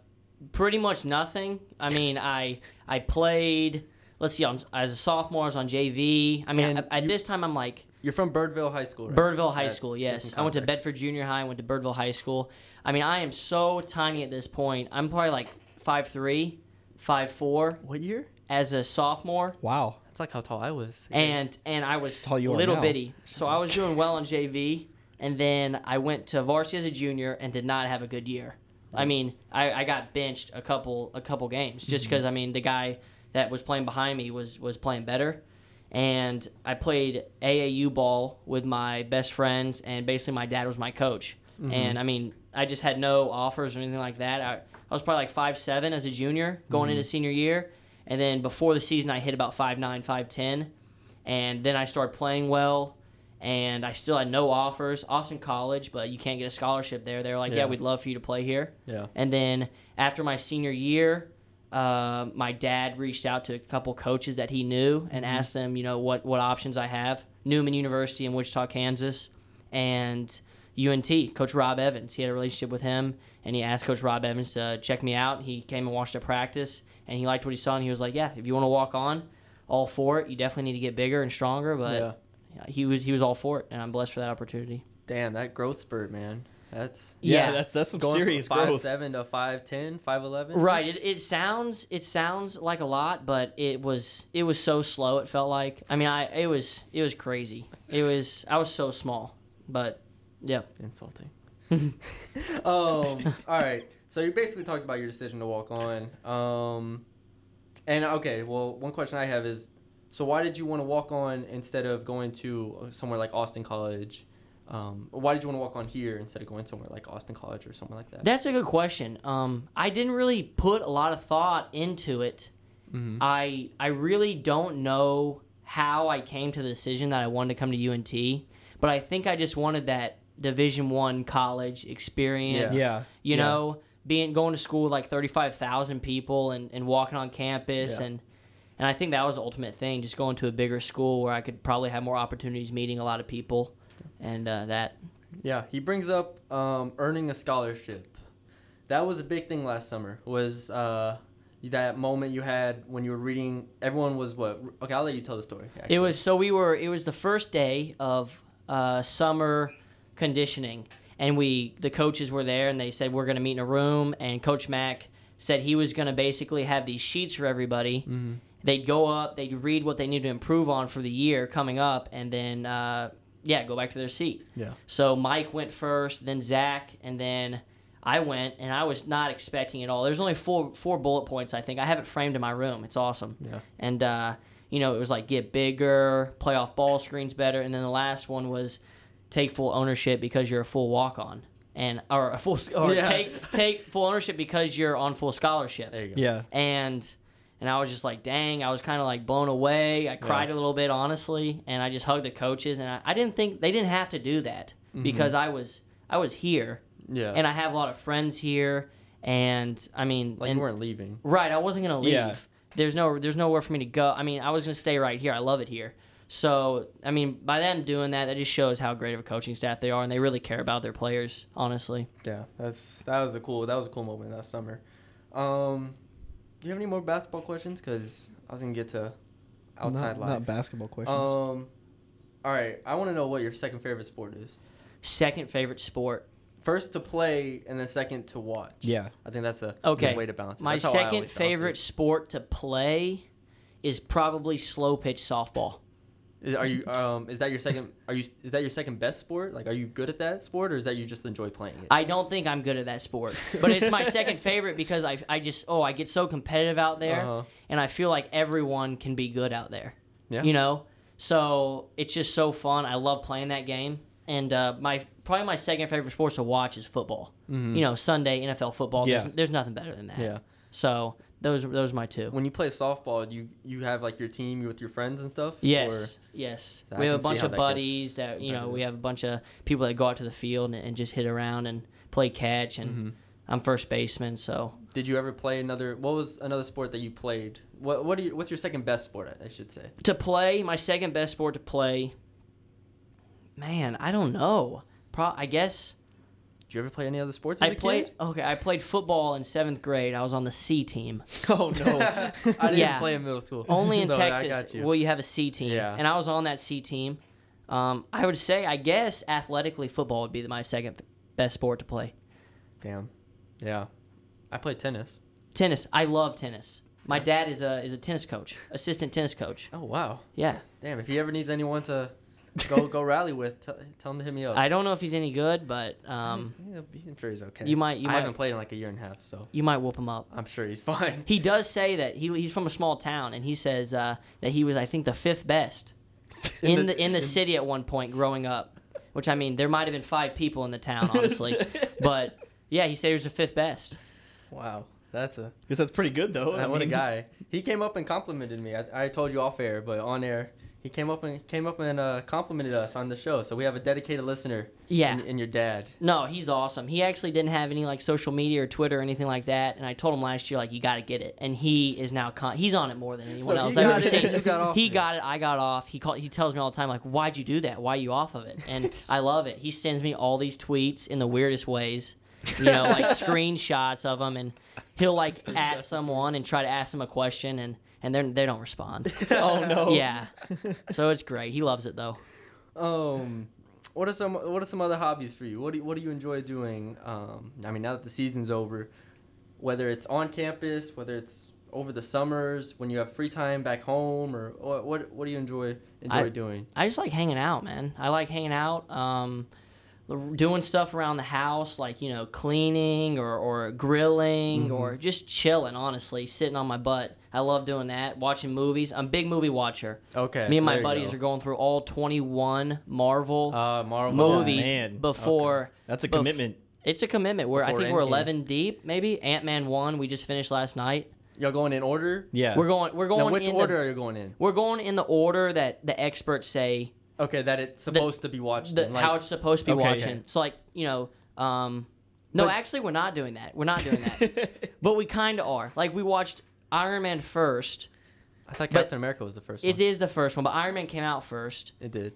[SPEAKER 3] pretty much nothing. I mean, I I played. Let's see, I was, as a sophomore, I was on JV. I mean,
[SPEAKER 1] And
[SPEAKER 3] at, at
[SPEAKER 1] you-
[SPEAKER 3] this time, I'm like
[SPEAKER 1] You're from Birdville High School, right?
[SPEAKER 3] Birdville High
[SPEAKER 1] That's-
[SPEAKER 3] School.
[SPEAKER 1] give
[SPEAKER 3] Yes,
[SPEAKER 1] some
[SPEAKER 3] I went to
[SPEAKER 1] context.
[SPEAKER 3] Bedford Junior High. Went to Birdville High School. I mean, I am so tiny at this point. I'm probably like five three, five four
[SPEAKER 1] What year?
[SPEAKER 3] as a sophomore.
[SPEAKER 2] Wow.
[SPEAKER 1] That's like how tall I was.
[SPEAKER 3] and and I was
[SPEAKER 2] how you are
[SPEAKER 3] little
[SPEAKER 2] now.
[SPEAKER 3] bitty. So I was doing well on JV, and then I went to varsity as a junior and did not have a good year. I mean, I, I got benched a couple a couple games just
[SPEAKER 2] Mm-hmm.
[SPEAKER 3] because I mean the guy that was playing behind me was was playing better, and I played AAU ball with my best friends, and basically my dad was my coach.
[SPEAKER 2] Mm-hmm.
[SPEAKER 3] And I mean, I just had no offers or anything like that. I, I was probably like five seven as a junior going
[SPEAKER 2] Mm-hmm.
[SPEAKER 3] into senior year, and then before the season I hit about five nine five ten and then I started playing well, and I still had no offers. Austin College, but you can't get a scholarship there. They were like, yeah.
[SPEAKER 1] Yeah.
[SPEAKER 3] we'd love for you to play here."
[SPEAKER 1] yeah,
[SPEAKER 3] And then after my senior year, uh, my dad reached out to a couple coaches that he knew and asked them, you know, what what options I have. Newman University in Wichita, Kansas, and UNT. Coach Rob Evans. He had a relationship with him, and he asked Coach Rob Evans to check me out. He came and watched a practice, and he liked what he saw, and he was like, "Yeah, if you want to walk on, all for it. You definitely need to get bigger and stronger." But he was he was all for it, and I'm blessed for that opportunity.
[SPEAKER 1] damn that growth spurt, man. That's
[SPEAKER 2] Yeah,
[SPEAKER 3] Yeah.
[SPEAKER 2] that's that's some
[SPEAKER 1] going
[SPEAKER 2] serious
[SPEAKER 1] from five
[SPEAKER 2] growth.
[SPEAKER 1] seven to five ten, five eleven.
[SPEAKER 3] Right. It, it sounds it sounds like a lot, but it was it was so slow. It felt like I mean I it was it was crazy. It was I was so small, but yeah.
[SPEAKER 1] Insulting. um. All right. So you basically talked about your decision to walk on. Um, and okay, well, one question I have is, so why did you want to walk on instead of going to uh, somewhere like Austin College? Um, why did you want to walk on here instead of going somewhere like Austin College or somewhere like that?
[SPEAKER 3] That's a good question. Um, I didn't really put a lot of thought into it. Mm-hmm. I I really don't know how I came to the decision that I wanted to come to UNT, but I think I just wanted that Division One college experience.
[SPEAKER 2] Yeah.
[SPEAKER 3] you
[SPEAKER 2] Yeah.
[SPEAKER 3] know, being going to school with like thirty five thousand people and, and walking on campus
[SPEAKER 1] Yeah.
[SPEAKER 3] and and I think that was the ultimate thing, just going to a bigger school where I could probably have more opportunities, meeting a lot of people, and uh, that.
[SPEAKER 1] Yeah, he brings up um, earning a scholarship. That was a big thing last summer. Was uh, that moment you had when you were reading? Everyone was what? Okay, I'll let you tell the story. Actually.
[SPEAKER 3] It was so we were. It was the first day of uh, summer conditioning, and we the coaches were there, and they said we're going to meet in a room. And Coach Mack said he was going to basically have these sheets for everybody. They'd go up, they'd read what they need to improve on for the year coming up, and then uh, yeah, go back to their seat.
[SPEAKER 1] Yeah.
[SPEAKER 3] So Mike went first, then Zach, and then I went, and I was not expecting it all. There's only four four bullet points, I think. I have it framed in my room. It's awesome.
[SPEAKER 1] Yeah.
[SPEAKER 3] And uh, you know, it was like get bigger, play off ball screens better, and then the last one was take full ownership because you're a full walk on, and or a full or
[SPEAKER 1] Yeah.
[SPEAKER 3] take take full ownership because you're on full scholarship
[SPEAKER 1] There you go.
[SPEAKER 2] Yeah.
[SPEAKER 3] and And I was just like, dang, I was kind of like blown away. I cried
[SPEAKER 1] Yeah.
[SPEAKER 3] a little bit, honestly, and I just hugged the coaches. And I, I didn't think they didn't have to do that
[SPEAKER 1] Mm-hmm.
[SPEAKER 3] because I was I was here,
[SPEAKER 1] Yeah.
[SPEAKER 3] and I have a lot of friends here. And I mean,
[SPEAKER 1] like
[SPEAKER 3] and-
[SPEAKER 1] you weren't leaving.
[SPEAKER 3] Right, I wasn't gonna leave.
[SPEAKER 2] Yeah.
[SPEAKER 3] There's no there's nowhere for me to go. I mean, I was gonna stay right here. I love it here. So I mean, by them doing that, that just shows how great of a coaching staff they are, and they really care about their players. Honestly,
[SPEAKER 1] Yeah, that's that was a cool that was a cool moment that summer. Um, do you have any more basketball questions? Cause I was gonna get to outside
[SPEAKER 4] not,
[SPEAKER 1] life.
[SPEAKER 4] Not basketball questions.
[SPEAKER 1] Um, all right, I want to know what your second favorite sport is.
[SPEAKER 3] second favorite sport.
[SPEAKER 1] First to play, and then second to watch.
[SPEAKER 2] Yeah.
[SPEAKER 1] I think that's a
[SPEAKER 3] Okay,
[SPEAKER 1] good way to balance. It.
[SPEAKER 3] My
[SPEAKER 1] That's how I always
[SPEAKER 3] second
[SPEAKER 1] balance it.
[SPEAKER 3] favorite sport to play is probably slow pitch softball.
[SPEAKER 1] Is, are you um? Is that your second? Are you is that your second best sport? Like, are you good at that sport, or is that you just enjoy playing it?
[SPEAKER 3] I don't think I'm good at that sport, but it's my second favorite because I, I just oh I get so competitive out there,
[SPEAKER 1] Uh-huh.
[SPEAKER 3] and I feel like everyone can be good out there.
[SPEAKER 1] Yeah.
[SPEAKER 3] You know, so it's just so fun. I love playing that game, and uh, my probably my second favorite sport to watch is football.
[SPEAKER 1] Mm-hmm.
[SPEAKER 3] You know, Sunday NFL football.
[SPEAKER 2] Yeah.
[SPEAKER 3] There's, there's nothing better than that.
[SPEAKER 1] Hmm. Yeah.
[SPEAKER 3] So those those are my two.
[SPEAKER 1] When you play softball, you you have like your team with your friends and stuff.
[SPEAKER 3] Yes. yes.
[SPEAKER 1] So I
[SPEAKER 3] we have
[SPEAKER 1] can
[SPEAKER 3] a
[SPEAKER 1] see
[SPEAKER 3] bunch
[SPEAKER 1] how
[SPEAKER 3] of
[SPEAKER 1] that gets
[SPEAKER 3] buddies that, you know,
[SPEAKER 1] competitive.
[SPEAKER 3] we have a bunch of people that go out to the field and, and just hit around and play catch and
[SPEAKER 1] Mm-hmm.
[SPEAKER 3] I'm first baseman, so
[SPEAKER 1] Or did you ever play another? What was another sport that you played? What what do you, What's your second best sport? at, I should say.
[SPEAKER 3] to play my second best sport to play. Man, I don't know. Pro- I guess
[SPEAKER 1] Did you ever play any other sports? As
[SPEAKER 3] I
[SPEAKER 1] a
[SPEAKER 3] played.
[SPEAKER 1] Kid?
[SPEAKER 3] Okay, I played football in seventh grade. I was on the C team,
[SPEAKER 2] Oh no.
[SPEAKER 1] I didn't
[SPEAKER 3] Yeah.
[SPEAKER 1] play in middle school.
[SPEAKER 3] only in
[SPEAKER 1] So, I
[SPEAKER 3] Texas.
[SPEAKER 1] got you.
[SPEAKER 3] Well, you have a C team,
[SPEAKER 1] Yeah.
[SPEAKER 3] and I was on that C team. Um, I would say, I guess, athletically, football would be my second th- best sport to play.
[SPEAKER 1] Damn. Yeah. I played tennis.
[SPEAKER 3] Tennis. I love tennis. My dad is a is a tennis coach, assistant tennis coach.
[SPEAKER 1] Oh wow.
[SPEAKER 3] Yeah.
[SPEAKER 1] Damn. If he ever needs anyone to go go rally with, t- tell him to hit me up.
[SPEAKER 3] I don't know if he's any good, but um,
[SPEAKER 1] He's- he'll be- I'm sure he's okay.
[SPEAKER 3] you might- you
[SPEAKER 1] I
[SPEAKER 3] might-
[SPEAKER 1] haven't played in like a year and a half, so
[SPEAKER 3] you might whoop him up.
[SPEAKER 1] I'm sure he's fine.
[SPEAKER 3] He does say that he, he's from a small town, and he says uh, that he was, I think, the fifth best in, the, in the city at one point growing up. Which I mean, there might have been five people in the town, honestly, but yeah, he said he was the fifth best.
[SPEAKER 1] Wow. That's a
[SPEAKER 2] Because that's pretty good though. I
[SPEAKER 1] what a
[SPEAKER 2] mean,
[SPEAKER 1] guy. He came up and complimented me. I, I told you off air, but on air, he came up and came up and uh, complimented us on the show. So we have a dedicated listener.
[SPEAKER 3] Yeah.
[SPEAKER 1] In, in your dad.
[SPEAKER 3] No, he's awesome. He actually didn't have any like social media or Twitter or anything like that, and I told him last year like you got to get it, and he is now con- he's on it more than anyone
[SPEAKER 1] So
[SPEAKER 3] else
[SPEAKER 1] he
[SPEAKER 3] I've
[SPEAKER 1] got
[SPEAKER 3] ever
[SPEAKER 1] it and
[SPEAKER 3] seen.
[SPEAKER 1] you got off
[SPEAKER 3] he
[SPEAKER 1] of it.
[SPEAKER 3] got it, I got off. He call- he tells me all the time like why'd you do that? Why you off of it? And I love it. He sends me all these tweets in the weirdest ways, you know, like screenshots of them, and he'll like at someone and try to ask them a question, and and they they don't respond.
[SPEAKER 2] Oh no.
[SPEAKER 3] Yeah, so it's great. He loves it though.
[SPEAKER 1] Um, what are some what are some other hobbies for you? What do you, what do you enjoy doing? Um, I mean, now that the season's over, whether it's on campus, whether it's over the summers when you have free time back home, or what what, what do you enjoy enjoy
[SPEAKER 3] I-
[SPEAKER 1] doing?
[SPEAKER 3] I just like hanging out, man. I like hanging out, um, l- doing stuff around the house, like you know, cleaning or, or grilling
[SPEAKER 1] Mm-hmm.
[SPEAKER 3] or just chilling. Honestly, sitting on my butt. I love doing that. Watching movies. I'm a big movie watcher.
[SPEAKER 1] Okay,
[SPEAKER 3] Me and my buddies are going through all 21 Marvel
[SPEAKER 1] uh, Marvel
[SPEAKER 3] movies
[SPEAKER 2] man.
[SPEAKER 3] before.
[SPEAKER 2] That's a
[SPEAKER 3] bef-
[SPEAKER 2] commitment.
[SPEAKER 3] It's a commitment. We're I
[SPEAKER 1] Before
[SPEAKER 3] think we're
[SPEAKER 1] Endgame.
[SPEAKER 3] 11 deep, maybe. Ant Man one we just finished last night.
[SPEAKER 1] Y'all going in order?
[SPEAKER 2] Yeah.
[SPEAKER 3] We're going. We're going.
[SPEAKER 1] now, which
[SPEAKER 3] in the-
[SPEAKER 1] order are you going in?
[SPEAKER 3] we're going in the order that the experts say
[SPEAKER 1] Okay, that it's supposed to be watched.
[SPEAKER 3] the,
[SPEAKER 1] in, like,
[SPEAKER 3] how it's supposed to be
[SPEAKER 2] Okay.
[SPEAKER 3] watching. So like you know, um, no,
[SPEAKER 1] But-
[SPEAKER 3] actually we're not doing that. We're not doing that, but we kind of are. Like we watched Iron Man first.
[SPEAKER 1] I thought
[SPEAKER 3] but-
[SPEAKER 1] Captain America was the first
[SPEAKER 3] It
[SPEAKER 1] one.
[SPEAKER 3] is the first one, but Iron Man came out first.
[SPEAKER 1] It did.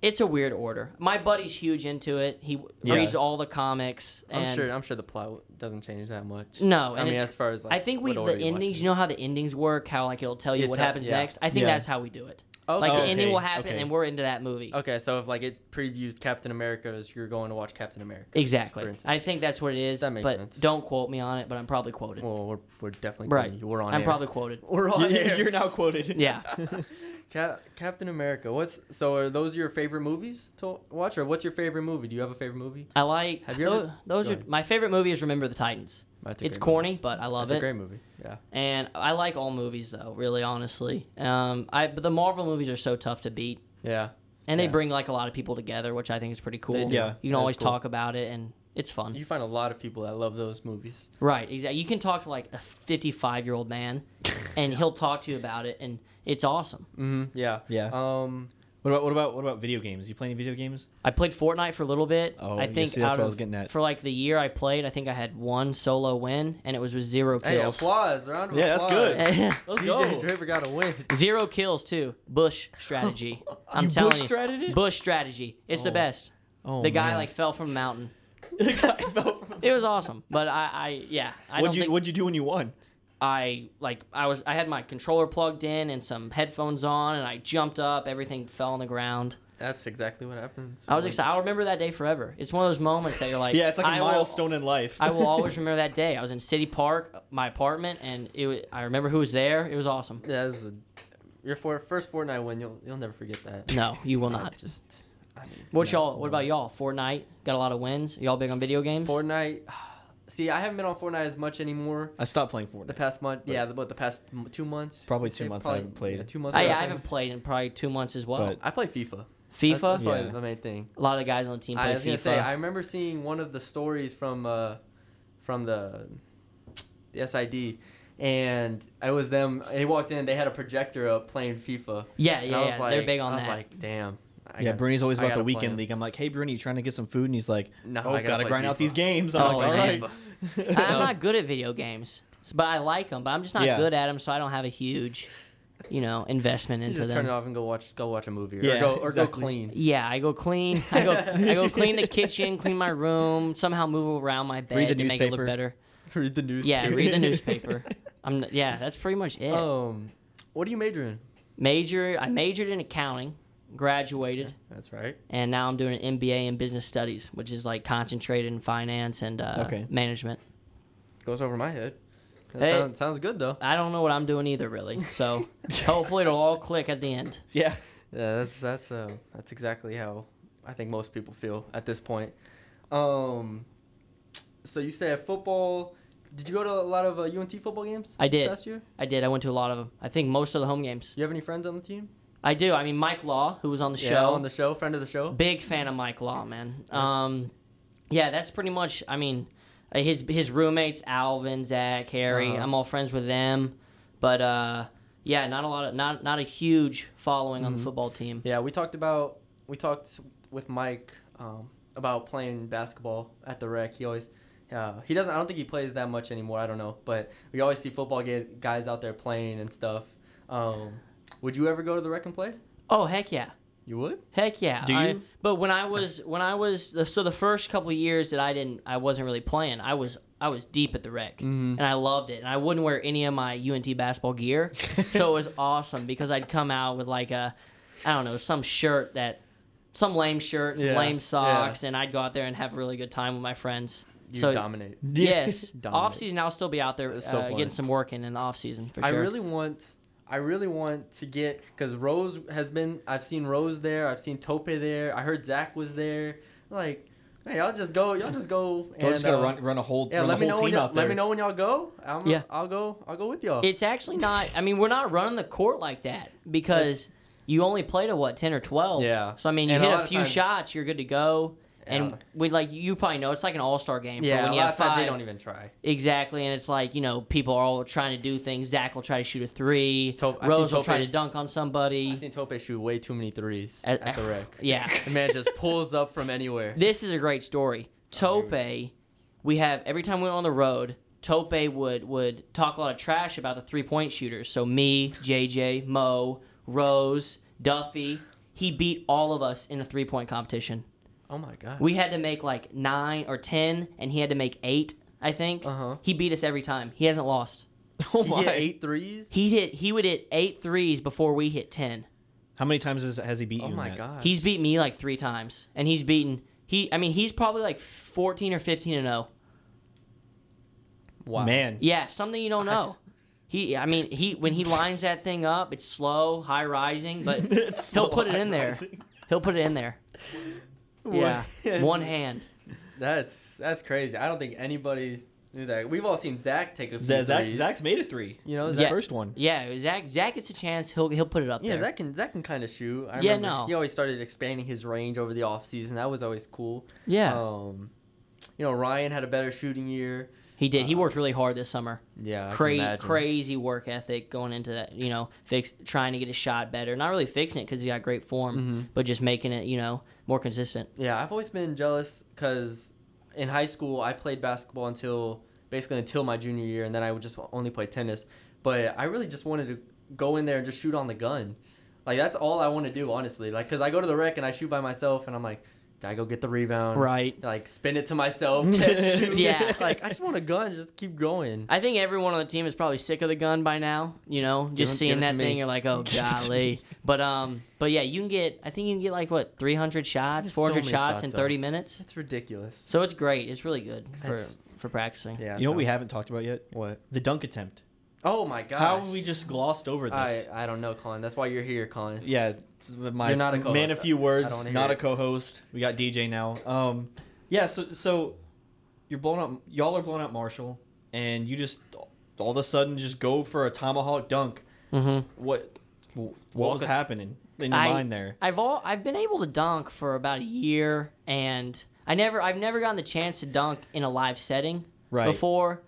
[SPEAKER 3] It's a weird order. My buddy's huge into it. He
[SPEAKER 2] Yeah.
[SPEAKER 3] reads all the comics.
[SPEAKER 1] I'm
[SPEAKER 3] And
[SPEAKER 1] sure. I'm sure the plot doesn't change that much.
[SPEAKER 3] No,
[SPEAKER 1] I
[SPEAKER 3] and
[SPEAKER 1] mean
[SPEAKER 3] it's-
[SPEAKER 1] as far as like
[SPEAKER 3] I think we
[SPEAKER 1] what
[SPEAKER 3] the
[SPEAKER 1] order you watch
[SPEAKER 3] endings.
[SPEAKER 1] it.
[SPEAKER 3] You know how the endings work. How like it'll tell you
[SPEAKER 1] It
[SPEAKER 3] what
[SPEAKER 1] tell-
[SPEAKER 3] happens
[SPEAKER 1] yeah.
[SPEAKER 3] next. I think
[SPEAKER 2] Yeah.
[SPEAKER 3] that's how we do it.
[SPEAKER 1] Okay.
[SPEAKER 3] Like the
[SPEAKER 2] Okay,
[SPEAKER 3] ending will happen,
[SPEAKER 2] okay.
[SPEAKER 3] and we're into that movie.
[SPEAKER 1] Okay, so if like it previews Captain America as you're going to watch Captain America. For
[SPEAKER 3] Exactly.
[SPEAKER 1] instance.
[SPEAKER 3] I think that's what it is.
[SPEAKER 1] That makes
[SPEAKER 3] but
[SPEAKER 1] sense.
[SPEAKER 3] don't quote me on it. But I'm probably quoted.
[SPEAKER 1] well, we're, we're definitely
[SPEAKER 3] right.
[SPEAKER 1] quoting you. We're on.
[SPEAKER 3] I'm
[SPEAKER 1] air.
[SPEAKER 3] probably quoted.
[SPEAKER 1] We're on.
[SPEAKER 2] You-
[SPEAKER 1] air.
[SPEAKER 2] You're now quoted.
[SPEAKER 3] Yeah.
[SPEAKER 1] Cap- Captain America. What's so? Are those your favorite movies to watch, or what's your favorite movie? Do you have a favorite movie?
[SPEAKER 3] I like.
[SPEAKER 1] Have you ever-
[SPEAKER 3] tho- those
[SPEAKER 1] Go
[SPEAKER 3] are
[SPEAKER 1] ahead.
[SPEAKER 3] my favorite movie is Remember the Titans.
[SPEAKER 1] That's a
[SPEAKER 3] It's
[SPEAKER 1] great
[SPEAKER 3] corny, but I love
[SPEAKER 1] That's a
[SPEAKER 3] it.
[SPEAKER 1] great movie. Yeah.
[SPEAKER 3] And I like all movies though, really honestly. Um, I but the Marvel movies are so tough to beat,
[SPEAKER 1] Yeah.
[SPEAKER 3] and they
[SPEAKER 1] Yeah.
[SPEAKER 3] bring like a lot of people together, which I think is pretty cool.
[SPEAKER 1] do.
[SPEAKER 2] Yeah,
[SPEAKER 3] you can
[SPEAKER 1] that's
[SPEAKER 3] always
[SPEAKER 1] cool.
[SPEAKER 3] talk about it, and It's fun.
[SPEAKER 1] You find a lot of people that love those movies.
[SPEAKER 3] Right, exactly. You can talk to like a 55 year old man, and he'll talk to you about it, and it's awesome.
[SPEAKER 1] hmm Yeah.
[SPEAKER 2] Yeah.
[SPEAKER 1] Um,
[SPEAKER 2] What about what about what about video games? You play any video games?
[SPEAKER 3] I played Fortnite for a little bit.
[SPEAKER 2] Oh,
[SPEAKER 3] I
[SPEAKER 2] you
[SPEAKER 3] think
[SPEAKER 2] see, that's
[SPEAKER 3] out
[SPEAKER 2] what I
[SPEAKER 3] of,
[SPEAKER 2] was getting at.
[SPEAKER 3] for like the year I played, I think I had one solo win, and it was with zero
[SPEAKER 1] hey,
[SPEAKER 3] kills.
[SPEAKER 1] applause. Round of
[SPEAKER 2] Yeah, that's
[SPEAKER 1] applause.
[SPEAKER 2] good. Let's
[SPEAKER 1] DJ Draper got a win.
[SPEAKER 3] zero kills too. Bush strategy. I'm
[SPEAKER 2] You
[SPEAKER 3] telling
[SPEAKER 2] Bush
[SPEAKER 3] you,
[SPEAKER 2] stratted it?
[SPEAKER 3] Bush strategy. It's the
[SPEAKER 2] Oh.
[SPEAKER 3] best.
[SPEAKER 2] Oh,
[SPEAKER 3] the guy
[SPEAKER 2] man.
[SPEAKER 3] like fell from a mountain.
[SPEAKER 2] The guy fell from-
[SPEAKER 3] It was awesome, but I, I yeah, I
[SPEAKER 2] What'd
[SPEAKER 3] don't
[SPEAKER 2] you
[SPEAKER 3] think
[SPEAKER 2] What'd you do when you won?
[SPEAKER 3] I like I was I had my controller plugged in and some headphones on, and I jumped up. Everything fell on the ground.
[SPEAKER 1] That's exactly what happens.
[SPEAKER 3] I was
[SPEAKER 1] when-
[SPEAKER 3] excited. I'll remember that day forever. It's one of those moments that you're like,
[SPEAKER 2] yeah, it's like a
[SPEAKER 3] I will-
[SPEAKER 2] milestone in life.
[SPEAKER 3] I will always remember that day. I was in City Park, my apartment, and it. wa- I remember who was there. It was awesome.
[SPEAKER 1] Yeah, this is a, your for, first Fortnite win. You'll you'll never forget that.
[SPEAKER 3] No, you will
[SPEAKER 1] I
[SPEAKER 3] not.
[SPEAKER 1] Just I mean,
[SPEAKER 3] What
[SPEAKER 1] no.
[SPEAKER 3] y'all? What about y'all? Fortnite got a lot of wins. Y'all big on video games?
[SPEAKER 1] Fortnite? See, I haven't been on Fortnite as much anymore.
[SPEAKER 2] I stopped playing
[SPEAKER 1] The
[SPEAKER 2] Fortnite.
[SPEAKER 1] past month, yeah, about the past m- two months.
[SPEAKER 2] Probably
[SPEAKER 1] I'd
[SPEAKER 2] two
[SPEAKER 1] say
[SPEAKER 2] months I haven't played.
[SPEAKER 1] yeah, two months.
[SPEAKER 3] I,
[SPEAKER 1] without
[SPEAKER 3] I
[SPEAKER 1] playing.
[SPEAKER 3] haven't played in probably two months as well.
[SPEAKER 2] But-
[SPEAKER 1] I play FIFA.
[SPEAKER 3] FIFA.
[SPEAKER 1] That's, that's probably
[SPEAKER 2] Yeah.
[SPEAKER 1] the main thing.
[SPEAKER 3] a lot of the guys on the team play
[SPEAKER 1] I was
[SPEAKER 3] FIFA.
[SPEAKER 1] gonna say I remember seeing one of the stories from uh, from the the SID, and it was them. They walked in. They had a projector up playing FIFA.
[SPEAKER 3] yeah,
[SPEAKER 1] And I
[SPEAKER 3] yeah,
[SPEAKER 1] was
[SPEAKER 3] yeah.
[SPEAKER 1] like,
[SPEAKER 3] they're big on
[SPEAKER 1] I was
[SPEAKER 3] that.
[SPEAKER 1] like, damn. I
[SPEAKER 2] yeah,
[SPEAKER 1] gotta-
[SPEAKER 2] Bernie's always
[SPEAKER 1] I
[SPEAKER 2] about the
[SPEAKER 1] gotta play
[SPEAKER 2] weekend
[SPEAKER 1] him.
[SPEAKER 2] league. I'm like, hey, Bernie, you trying to get some food? And he's like,
[SPEAKER 1] No,
[SPEAKER 2] oh,
[SPEAKER 1] I gotta
[SPEAKER 2] gotta
[SPEAKER 1] play
[SPEAKER 2] grind out
[SPEAKER 1] FIFA.
[SPEAKER 2] these games. I'm
[SPEAKER 3] Oh,
[SPEAKER 2] like, all
[SPEAKER 3] man.
[SPEAKER 2] right.
[SPEAKER 3] I'm not good at video games, s- but I like them. But I'm just not
[SPEAKER 2] Yeah.
[SPEAKER 3] good at them, so I don't have a huge, you know, investment
[SPEAKER 1] You
[SPEAKER 3] into
[SPEAKER 1] just
[SPEAKER 3] them.
[SPEAKER 1] turn it off and go watch go watch a movie or
[SPEAKER 2] Yeah,
[SPEAKER 1] go or
[SPEAKER 2] exactly.
[SPEAKER 1] go clean.
[SPEAKER 3] Yeah, I go clean. I go I go clean the kitchen, clean my room, somehow move around my bed
[SPEAKER 2] Read the
[SPEAKER 3] to make it look
[SPEAKER 2] newspaper.
[SPEAKER 3] better.
[SPEAKER 1] Read the news.
[SPEAKER 3] Yeah, read the newspaper. I'm n- yeah, that's pretty much it.
[SPEAKER 1] Um, what do you major in?
[SPEAKER 3] Major I majored in accounting, graduated,
[SPEAKER 1] That's right.
[SPEAKER 3] and now I'm doing an MBA in business studies, which is like concentrated in finance and uh,
[SPEAKER 2] Okay.
[SPEAKER 3] management.
[SPEAKER 1] Goes over my head. That
[SPEAKER 3] Hey.
[SPEAKER 1] sound, sounds good though.
[SPEAKER 3] I don't know what I'm doing either, really. So hopefully it'll all click at the end.
[SPEAKER 2] Yeah.
[SPEAKER 1] Yeah, that's that's uh, that's exactly how I think most people feel at this point. Um, so you said football. Did you go to a lot of uh, UNT football games?
[SPEAKER 3] I
[SPEAKER 1] this
[SPEAKER 3] did.
[SPEAKER 1] Past year.
[SPEAKER 3] I did. I went to a lot of them. I think most of the home games.
[SPEAKER 1] You have any friends on the team?
[SPEAKER 3] I do. I mean, Mike Law, who was on the
[SPEAKER 1] Yeah,
[SPEAKER 3] show,
[SPEAKER 1] on the show, friend of the show.
[SPEAKER 3] Big fan of Mike Law, man. Um, yeah, that's pretty much. I mean, uh, his his roommates, Alvin, Zach, Harry.
[SPEAKER 1] Uh-huh.
[SPEAKER 3] I'm all friends with them, but uh, yeah, not a lot of not not a huge following on the football team.
[SPEAKER 1] Mm-hmm. Yeah, we talked about we talked with Mike um, about playing basketball at the rec. He always uh, he doesn't. I don't think he plays that much anymore. I don't know, but we always see football ga- guys out there playing and stuff. Um, would you ever go to the rec and play?
[SPEAKER 3] Oh heck yeah,
[SPEAKER 1] You would.
[SPEAKER 3] heck yeah.
[SPEAKER 2] Do
[SPEAKER 3] I-
[SPEAKER 2] you?
[SPEAKER 3] but when I was when I was the, so the first couple of years that I didn't I wasn't really playing. I was I was deep at the rec
[SPEAKER 1] Mm-hmm.
[SPEAKER 3] and I loved it. And I wouldn't wear any of my UNT basketball gear, so it was awesome because I'd come out with like a I don't know some shirt that some lame shirt, some
[SPEAKER 1] Yeah, yeah.
[SPEAKER 3] lame socks, and I'd go out there and have a really good time with my friends.
[SPEAKER 1] You
[SPEAKER 3] so
[SPEAKER 1] dominate.
[SPEAKER 3] yes,
[SPEAKER 1] Dominate.
[SPEAKER 3] off season I'll still be out there
[SPEAKER 1] It's so
[SPEAKER 3] uh,
[SPEAKER 1] fun.
[SPEAKER 3] getting some work in in the off season for sure.
[SPEAKER 1] I really want. I really want to get because Rose has been. I've seen Rose there. I've seen Tope there. I heard Zach was there. Like, hey, y'all just go. Y'all just go.
[SPEAKER 2] Don't just gotta
[SPEAKER 1] uh,
[SPEAKER 2] run run a whole
[SPEAKER 1] Yeah,
[SPEAKER 2] run
[SPEAKER 1] let
[SPEAKER 2] a
[SPEAKER 1] me
[SPEAKER 2] whole
[SPEAKER 1] know when
[SPEAKER 2] team
[SPEAKER 1] y'all,
[SPEAKER 2] out there.
[SPEAKER 1] let me know when y'all go. I'm,
[SPEAKER 3] Yeah.
[SPEAKER 1] I'll go. I'll go with y'all.
[SPEAKER 3] It's actually not. I mean, we're not running the court like that because you only play to what ten or twelve.
[SPEAKER 1] Yeah.
[SPEAKER 3] So I mean, you
[SPEAKER 1] And a
[SPEAKER 3] hit
[SPEAKER 1] lot
[SPEAKER 3] a
[SPEAKER 1] of
[SPEAKER 3] few
[SPEAKER 1] times-
[SPEAKER 3] shots, you're good to go.
[SPEAKER 1] Yeah.
[SPEAKER 3] And we like you probably know it's like an all star game.
[SPEAKER 1] yeah,
[SPEAKER 3] for when
[SPEAKER 1] a
[SPEAKER 3] you
[SPEAKER 1] lot
[SPEAKER 3] have
[SPEAKER 1] of times
[SPEAKER 3] five.
[SPEAKER 1] they don't even try.
[SPEAKER 3] Exactly, and it's like you know people are all trying to do things. Zach will try to shoot a three.
[SPEAKER 1] Tope- I've seen
[SPEAKER 3] Rose will try
[SPEAKER 1] Tope-
[SPEAKER 3] to dunk on
[SPEAKER 1] I've
[SPEAKER 3] somebody.
[SPEAKER 1] seen Tope shoot way too many threes
[SPEAKER 3] At-
[SPEAKER 1] at, the rec.
[SPEAKER 3] Yeah.
[SPEAKER 1] the man just pulls up from anywhere.
[SPEAKER 3] This is a great story. Tope, we have every time we went on the road, Tope would would talk a lot of trash about the three point shooters. So me, JJ, Mo, Rose, Duffy, he beat all of us in a three point competition.
[SPEAKER 1] Oh my god.
[SPEAKER 3] We had to make like nine or ten, and he had to make eight. I think
[SPEAKER 1] Uh-huh.
[SPEAKER 3] he beat us every time. He hasn't lost.
[SPEAKER 2] Oh
[SPEAKER 1] he hit
[SPEAKER 2] my.
[SPEAKER 1] eight threes.
[SPEAKER 3] He hit. He would hit eight threes before we hit ten.
[SPEAKER 2] How many times has, has he beat
[SPEAKER 1] oh
[SPEAKER 2] you? in
[SPEAKER 1] my
[SPEAKER 2] that?
[SPEAKER 1] god.
[SPEAKER 3] He's beat me like three times, and he's beaten he. I mean, he's probably like fourteen or fifteen and oh. zero.
[SPEAKER 1] wow.
[SPEAKER 2] Man.
[SPEAKER 3] Yeah, something you don't know. He, I mean, he when he lines that thing up, it's slow, high rising, but he'll
[SPEAKER 2] It's so
[SPEAKER 3] put it in there.
[SPEAKER 2] high-rising.
[SPEAKER 3] He'll put it in there. Yeah,
[SPEAKER 1] hand.
[SPEAKER 3] one hand.
[SPEAKER 1] That's that's crazy. I don't think anybody knew that. We've all seen Zach take a few
[SPEAKER 2] Zach, Zach-
[SPEAKER 1] threes.
[SPEAKER 2] Zach's made a three.
[SPEAKER 1] You know,
[SPEAKER 2] His
[SPEAKER 1] Zach-
[SPEAKER 2] first one.
[SPEAKER 3] Yeah, Zach. Zach gets a chance. He'll he'll put it up
[SPEAKER 1] Yeah,
[SPEAKER 3] there.
[SPEAKER 1] Zach can Zach can kind of shoot. I
[SPEAKER 3] Yeah,
[SPEAKER 1] remember
[SPEAKER 3] no.
[SPEAKER 1] Oh. he always started expanding his range over the off season. That was always cool.
[SPEAKER 3] Yeah.
[SPEAKER 1] Um, you know, Ryan had a better shooting year.
[SPEAKER 3] He did. He worked really hard this summer.
[SPEAKER 1] Yeah,
[SPEAKER 3] Cra- crazy work ethic going into that, you know, fix trying to get his shot better. Not really fixing it because he got great form, but just making it, you know, more consistent.
[SPEAKER 1] Yeah, I've always been jealous because in high school I played basketball until basically until my junior year, and then I would just only play tennis. But I really just wanted to go in there and just shoot on the gun. Like that's all I want to do, honestly. Like, cause I go to the rec and I shoot by myself, and I'm like, gotta go get the rebound,
[SPEAKER 3] Right.
[SPEAKER 1] Like spin it to myself, catch, shoot.
[SPEAKER 3] Yeah.
[SPEAKER 1] Like I just want a gun, just keep going.
[SPEAKER 3] I think everyone on the team is probably sick of the gun by now. You know,
[SPEAKER 1] Give
[SPEAKER 3] just
[SPEAKER 1] it-
[SPEAKER 3] seeing
[SPEAKER 1] give it to
[SPEAKER 3] that thing,
[SPEAKER 1] me.
[SPEAKER 3] you're like, oh
[SPEAKER 2] Give it to
[SPEAKER 3] golly. But um, but yeah, you can get. I think you can get like what 300 shots,
[SPEAKER 1] So
[SPEAKER 3] 400
[SPEAKER 1] many
[SPEAKER 3] shots,
[SPEAKER 1] shots
[SPEAKER 3] in
[SPEAKER 1] up.
[SPEAKER 3] 30 minutes.
[SPEAKER 1] It's ridiculous.
[SPEAKER 3] So it's great. It's really good for,
[SPEAKER 1] That's-
[SPEAKER 3] for practicing.
[SPEAKER 1] Yeah.
[SPEAKER 2] You know what we
[SPEAKER 1] so-
[SPEAKER 2] haven't talked about yet?
[SPEAKER 1] What?
[SPEAKER 2] The dunk attempt.
[SPEAKER 1] Oh my god.
[SPEAKER 2] How we just glossed over
[SPEAKER 1] I
[SPEAKER 2] this.
[SPEAKER 1] I don't know, Colin. That's why you're here, Colin.
[SPEAKER 2] yeah, it's my
[SPEAKER 1] You're not a
[SPEAKER 2] man.
[SPEAKER 1] co-host.
[SPEAKER 2] A few
[SPEAKER 1] I don't
[SPEAKER 2] words.
[SPEAKER 1] wanna hear
[SPEAKER 2] Not a
[SPEAKER 1] it.
[SPEAKER 2] co-host. We got DJ now. Um, yeah. So so you're blown up. Y'all are blown out, Marshall, and you just all of a sudden just go for a tomahawk dunk.
[SPEAKER 3] Mm-hmm.
[SPEAKER 2] What what
[SPEAKER 1] Walk
[SPEAKER 2] was
[SPEAKER 1] us-
[SPEAKER 2] happening in your
[SPEAKER 3] I-
[SPEAKER 2] mind there?
[SPEAKER 3] I've all I've been able to dunk for about a year, and I never I've never gotten the chance to dunk in a live setting
[SPEAKER 2] Right.
[SPEAKER 3] before.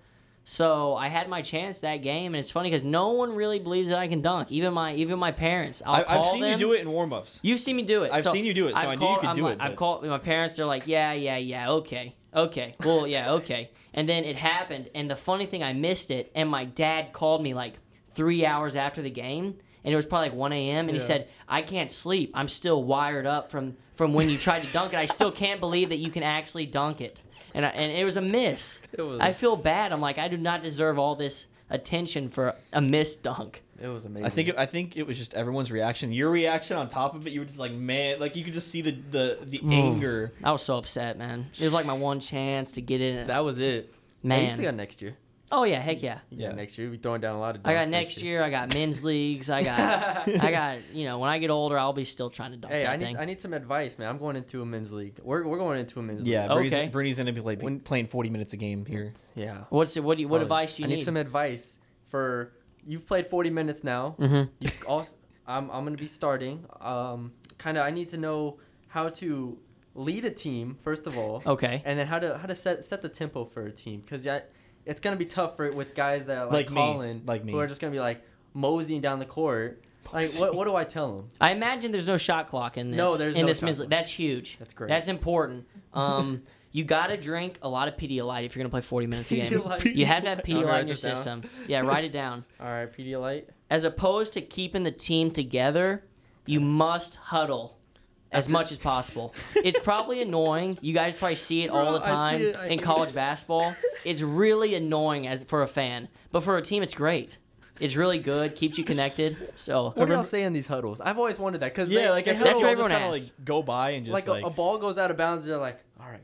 [SPEAKER 3] So I had my chance that game, and it's funny because no one really believes that I can dunk. Even my even my parents. I'll
[SPEAKER 2] I, I've
[SPEAKER 3] call
[SPEAKER 2] seen
[SPEAKER 3] them.
[SPEAKER 2] you do it in warm-ups.
[SPEAKER 3] You've seen me do it.
[SPEAKER 2] I've seen you do it, so I knew you
[SPEAKER 3] called-
[SPEAKER 2] could
[SPEAKER 3] I'm
[SPEAKER 2] do
[SPEAKER 3] like-
[SPEAKER 2] it,
[SPEAKER 3] I've
[SPEAKER 2] but-
[SPEAKER 3] called my parents. They're like, yeah, yeah, yeah, okay, okay, well, yeah, okay. And then it happened, and the funny thing, I missed it, and my dad called me like three hours after the game, and it was probably like 1 a.m. And he
[SPEAKER 1] Yeah.
[SPEAKER 3] said, I can't sleep. I'm still wired up from from when you tried to dunk it. I still can't believe that you can actually dunk it. And I, and it was a miss.
[SPEAKER 1] It was-
[SPEAKER 3] I feel bad. I'm like, I do not deserve all this attention for a missed dunk.
[SPEAKER 1] It was amazing.
[SPEAKER 2] I think it, I think it was just everyone's reaction. Your reaction on top of it, you were just like, man, like you could just see the the, the anger.
[SPEAKER 3] I was so upset, man. It was like my one chance to get in.
[SPEAKER 1] that was it.
[SPEAKER 3] Man.
[SPEAKER 1] you still got next year.
[SPEAKER 3] Oh yeah, heck yeah.
[SPEAKER 1] Yeah,
[SPEAKER 2] Yeah.
[SPEAKER 1] next year we throwing down a lot of.
[SPEAKER 3] I got
[SPEAKER 1] dunks
[SPEAKER 3] next year. I got men's leagues. I got, I got. You know, when I get older, I'll be still trying to dunk
[SPEAKER 1] Hey,
[SPEAKER 3] that
[SPEAKER 1] I need
[SPEAKER 3] thing.
[SPEAKER 1] I need some advice, man. I'm going into a men's league. We're, we're going into a men's
[SPEAKER 2] Yeah,
[SPEAKER 1] league.
[SPEAKER 2] Bernie's,
[SPEAKER 3] Okay.
[SPEAKER 2] Bernie's gonna be like playing forty minutes a game here.
[SPEAKER 1] yeah.
[SPEAKER 3] What's it? What do you, what
[SPEAKER 1] Colin,
[SPEAKER 3] advice do you
[SPEAKER 1] Oh, I
[SPEAKER 3] need?
[SPEAKER 1] need, some advice for you've played 40 minutes now.
[SPEAKER 3] Mhm.
[SPEAKER 1] You also, I'm I'm gonna be starting. Um, kind of I need to know how to lead a team first of all.
[SPEAKER 3] Okay.
[SPEAKER 1] And then how to how to set set the tempo for a team because yeah, it's gonna be tough for with guys that are like,
[SPEAKER 2] Like me,
[SPEAKER 1] Colin,
[SPEAKER 2] like me.
[SPEAKER 1] who are just gonna be like moseying down the court. Like what what do I tell them?
[SPEAKER 3] I imagine there's no shot clock in this.
[SPEAKER 1] No, there's
[SPEAKER 3] in
[SPEAKER 1] no
[SPEAKER 3] this
[SPEAKER 1] shot
[SPEAKER 3] men's
[SPEAKER 1] clock.
[SPEAKER 3] league. That's huge.
[SPEAKER 1] That's great.
[SPEAKER 3] That's important. Um, you gotta drink a lot of Pedialyte if you're gonna play 40 minutes a game.
[SPEAKER 1] Pedialyte.
[SPEAKER 3] You have to have
[SPEAKER 1] I'm gonna
[SPEAKER 3] Pedialyte in
[SPEAKER 1] write
[SPEAKER 3] your
[SPEAKER 1] this down.
[SPEAKER 3] system. Yeah, write it down.
[SPEAKER 1] All right, Pedialyte.
[SPEAKER 3] as opposed to keeping the team together, you must huddle as much as possible. it's probably annoying. You guys probably see it all
[SPEAKER 1] Bro, I
[SPEAKER 3] the
[SPEAKER 1] see
[SPEAKER 3] time
[SPEAKER 1] it. I
[SPEAKER 3] in
[SPEAKER 1] hate
[SPEAKER 3] college
[SPEAKER 1] it.
[SPEAKER 3] basketball. It's really annoying as for a fan, but for a team, it's great. It's really good. Keeps you connected. So
[SPEAKER 1] What do y'all say in these huddles? I've always wanted that because
[SPEAKER 2] Yeah, like I
[SPEAKER 1] they
[SPEAKER 2] feel
[SPEAKER 3] That's
[SPEAKER 2] like
[SPEAKER 3] what
[SPEAKER 2] we'll just
[SPEAKER 3] everyone
[SPEAKER 2] kinda,
[SPEAKER 3] asks.
[SPEAKER 2] like go by and just
[SPEAKER 1] like,
[SPEAKER 2] like,
[SPEAKER 1] a, a ball goes out of bounds, they're like, all right,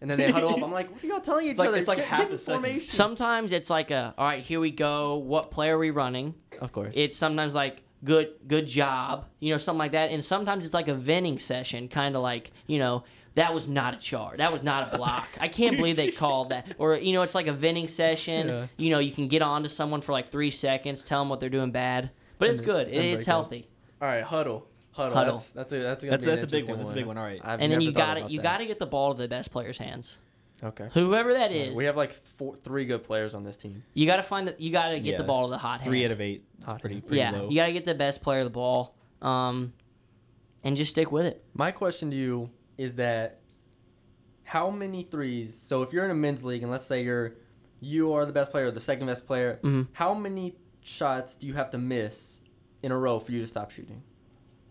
[SPEAKER 1] and then they huddle up. I'm like, what are y'all telling each
[SPEAKER 2] like-
[SPEAKER 1] other?
[SPEAKER 2] it's like half
[SPEAKER 1] in
[SPEAKER 2] a second.
[SPEAKER 1] formation."
[SPEAKER 3] sometimes it's like a all right, here we go. What play are we running?
[SPEAKER 1] of course.
[SPEAKER 3] It's sometimes like good good job, you know, something like that. And sometimes it's like a venting session, kind of like you know that was not a char, that was not a block. I can't believe they called that. Or you know, it's like a venting session.
[SPEAKER 1] Yeah.
[SPEAKER 3] You know, you can get on to someone for like three seconds, tell them what they're doing bad, but it's good. It,
[SPEAKER 1] then
[SPEAKER 3] it's
[SPEAKER 1] break up.
[SPEAKER 3] healthy.
[SPEAKER 1] all right, huddle, huddle.
[SPEAKER 3] Huddle.
[SPEAKER 1] That's that's a that's, gonna
[SPEAKER 2] That's-
[SPEAKER 1] be an
[SPEAKER 2] that's a big
[SPEAKER 1] interesting
[SPEAKER 2] one, that's a big one, all right.
[SPEAKER 1] I've
[SPEAKER 3] and then
[SPEAKER 1] never
[SPEAKER 3] you
[SPEAKER 1] thought
[SPEAKER 3] got to
[SPEAKER 1] about
[SPEAKER 3] you
[SPEAKER 1] that.
[SPEAKER 3] got to get the ball to the best player's hands.
[SPEAKER 1] Okay.
[SPEAKER 3] Whoever that is,
[SPEAKER 1] We have like four, three good players on this team.
[SPEAKER 3] you got to find the you got to get the
[SPEAKER 2] Yeah.
[SPEAKER 3] ball to the hot
[SPEAKER 2] three
[SPEAKER 3] hand.
[SPEAKER 2] out of eight. It's
[SPEAKER 1] Hot
[SPEAKER 2] pretty
[SPEAKER 1] hand.
[SPEAKER 2] pretty
[SPEAKER 3] yeah,
[SPEAKER 2] low.
[SPEAKER 3] you got to get the best player the ball, um, and just stick with it.
[SPEAKER 1] My question to you is that how many threes? So if you're in a men's league, and let's say you're you are the best player, or the second best player,
[SPEAKER 3] Mhm.
[SPEAKER 1] how many shots do you have to miss in a row for you to stop shooting?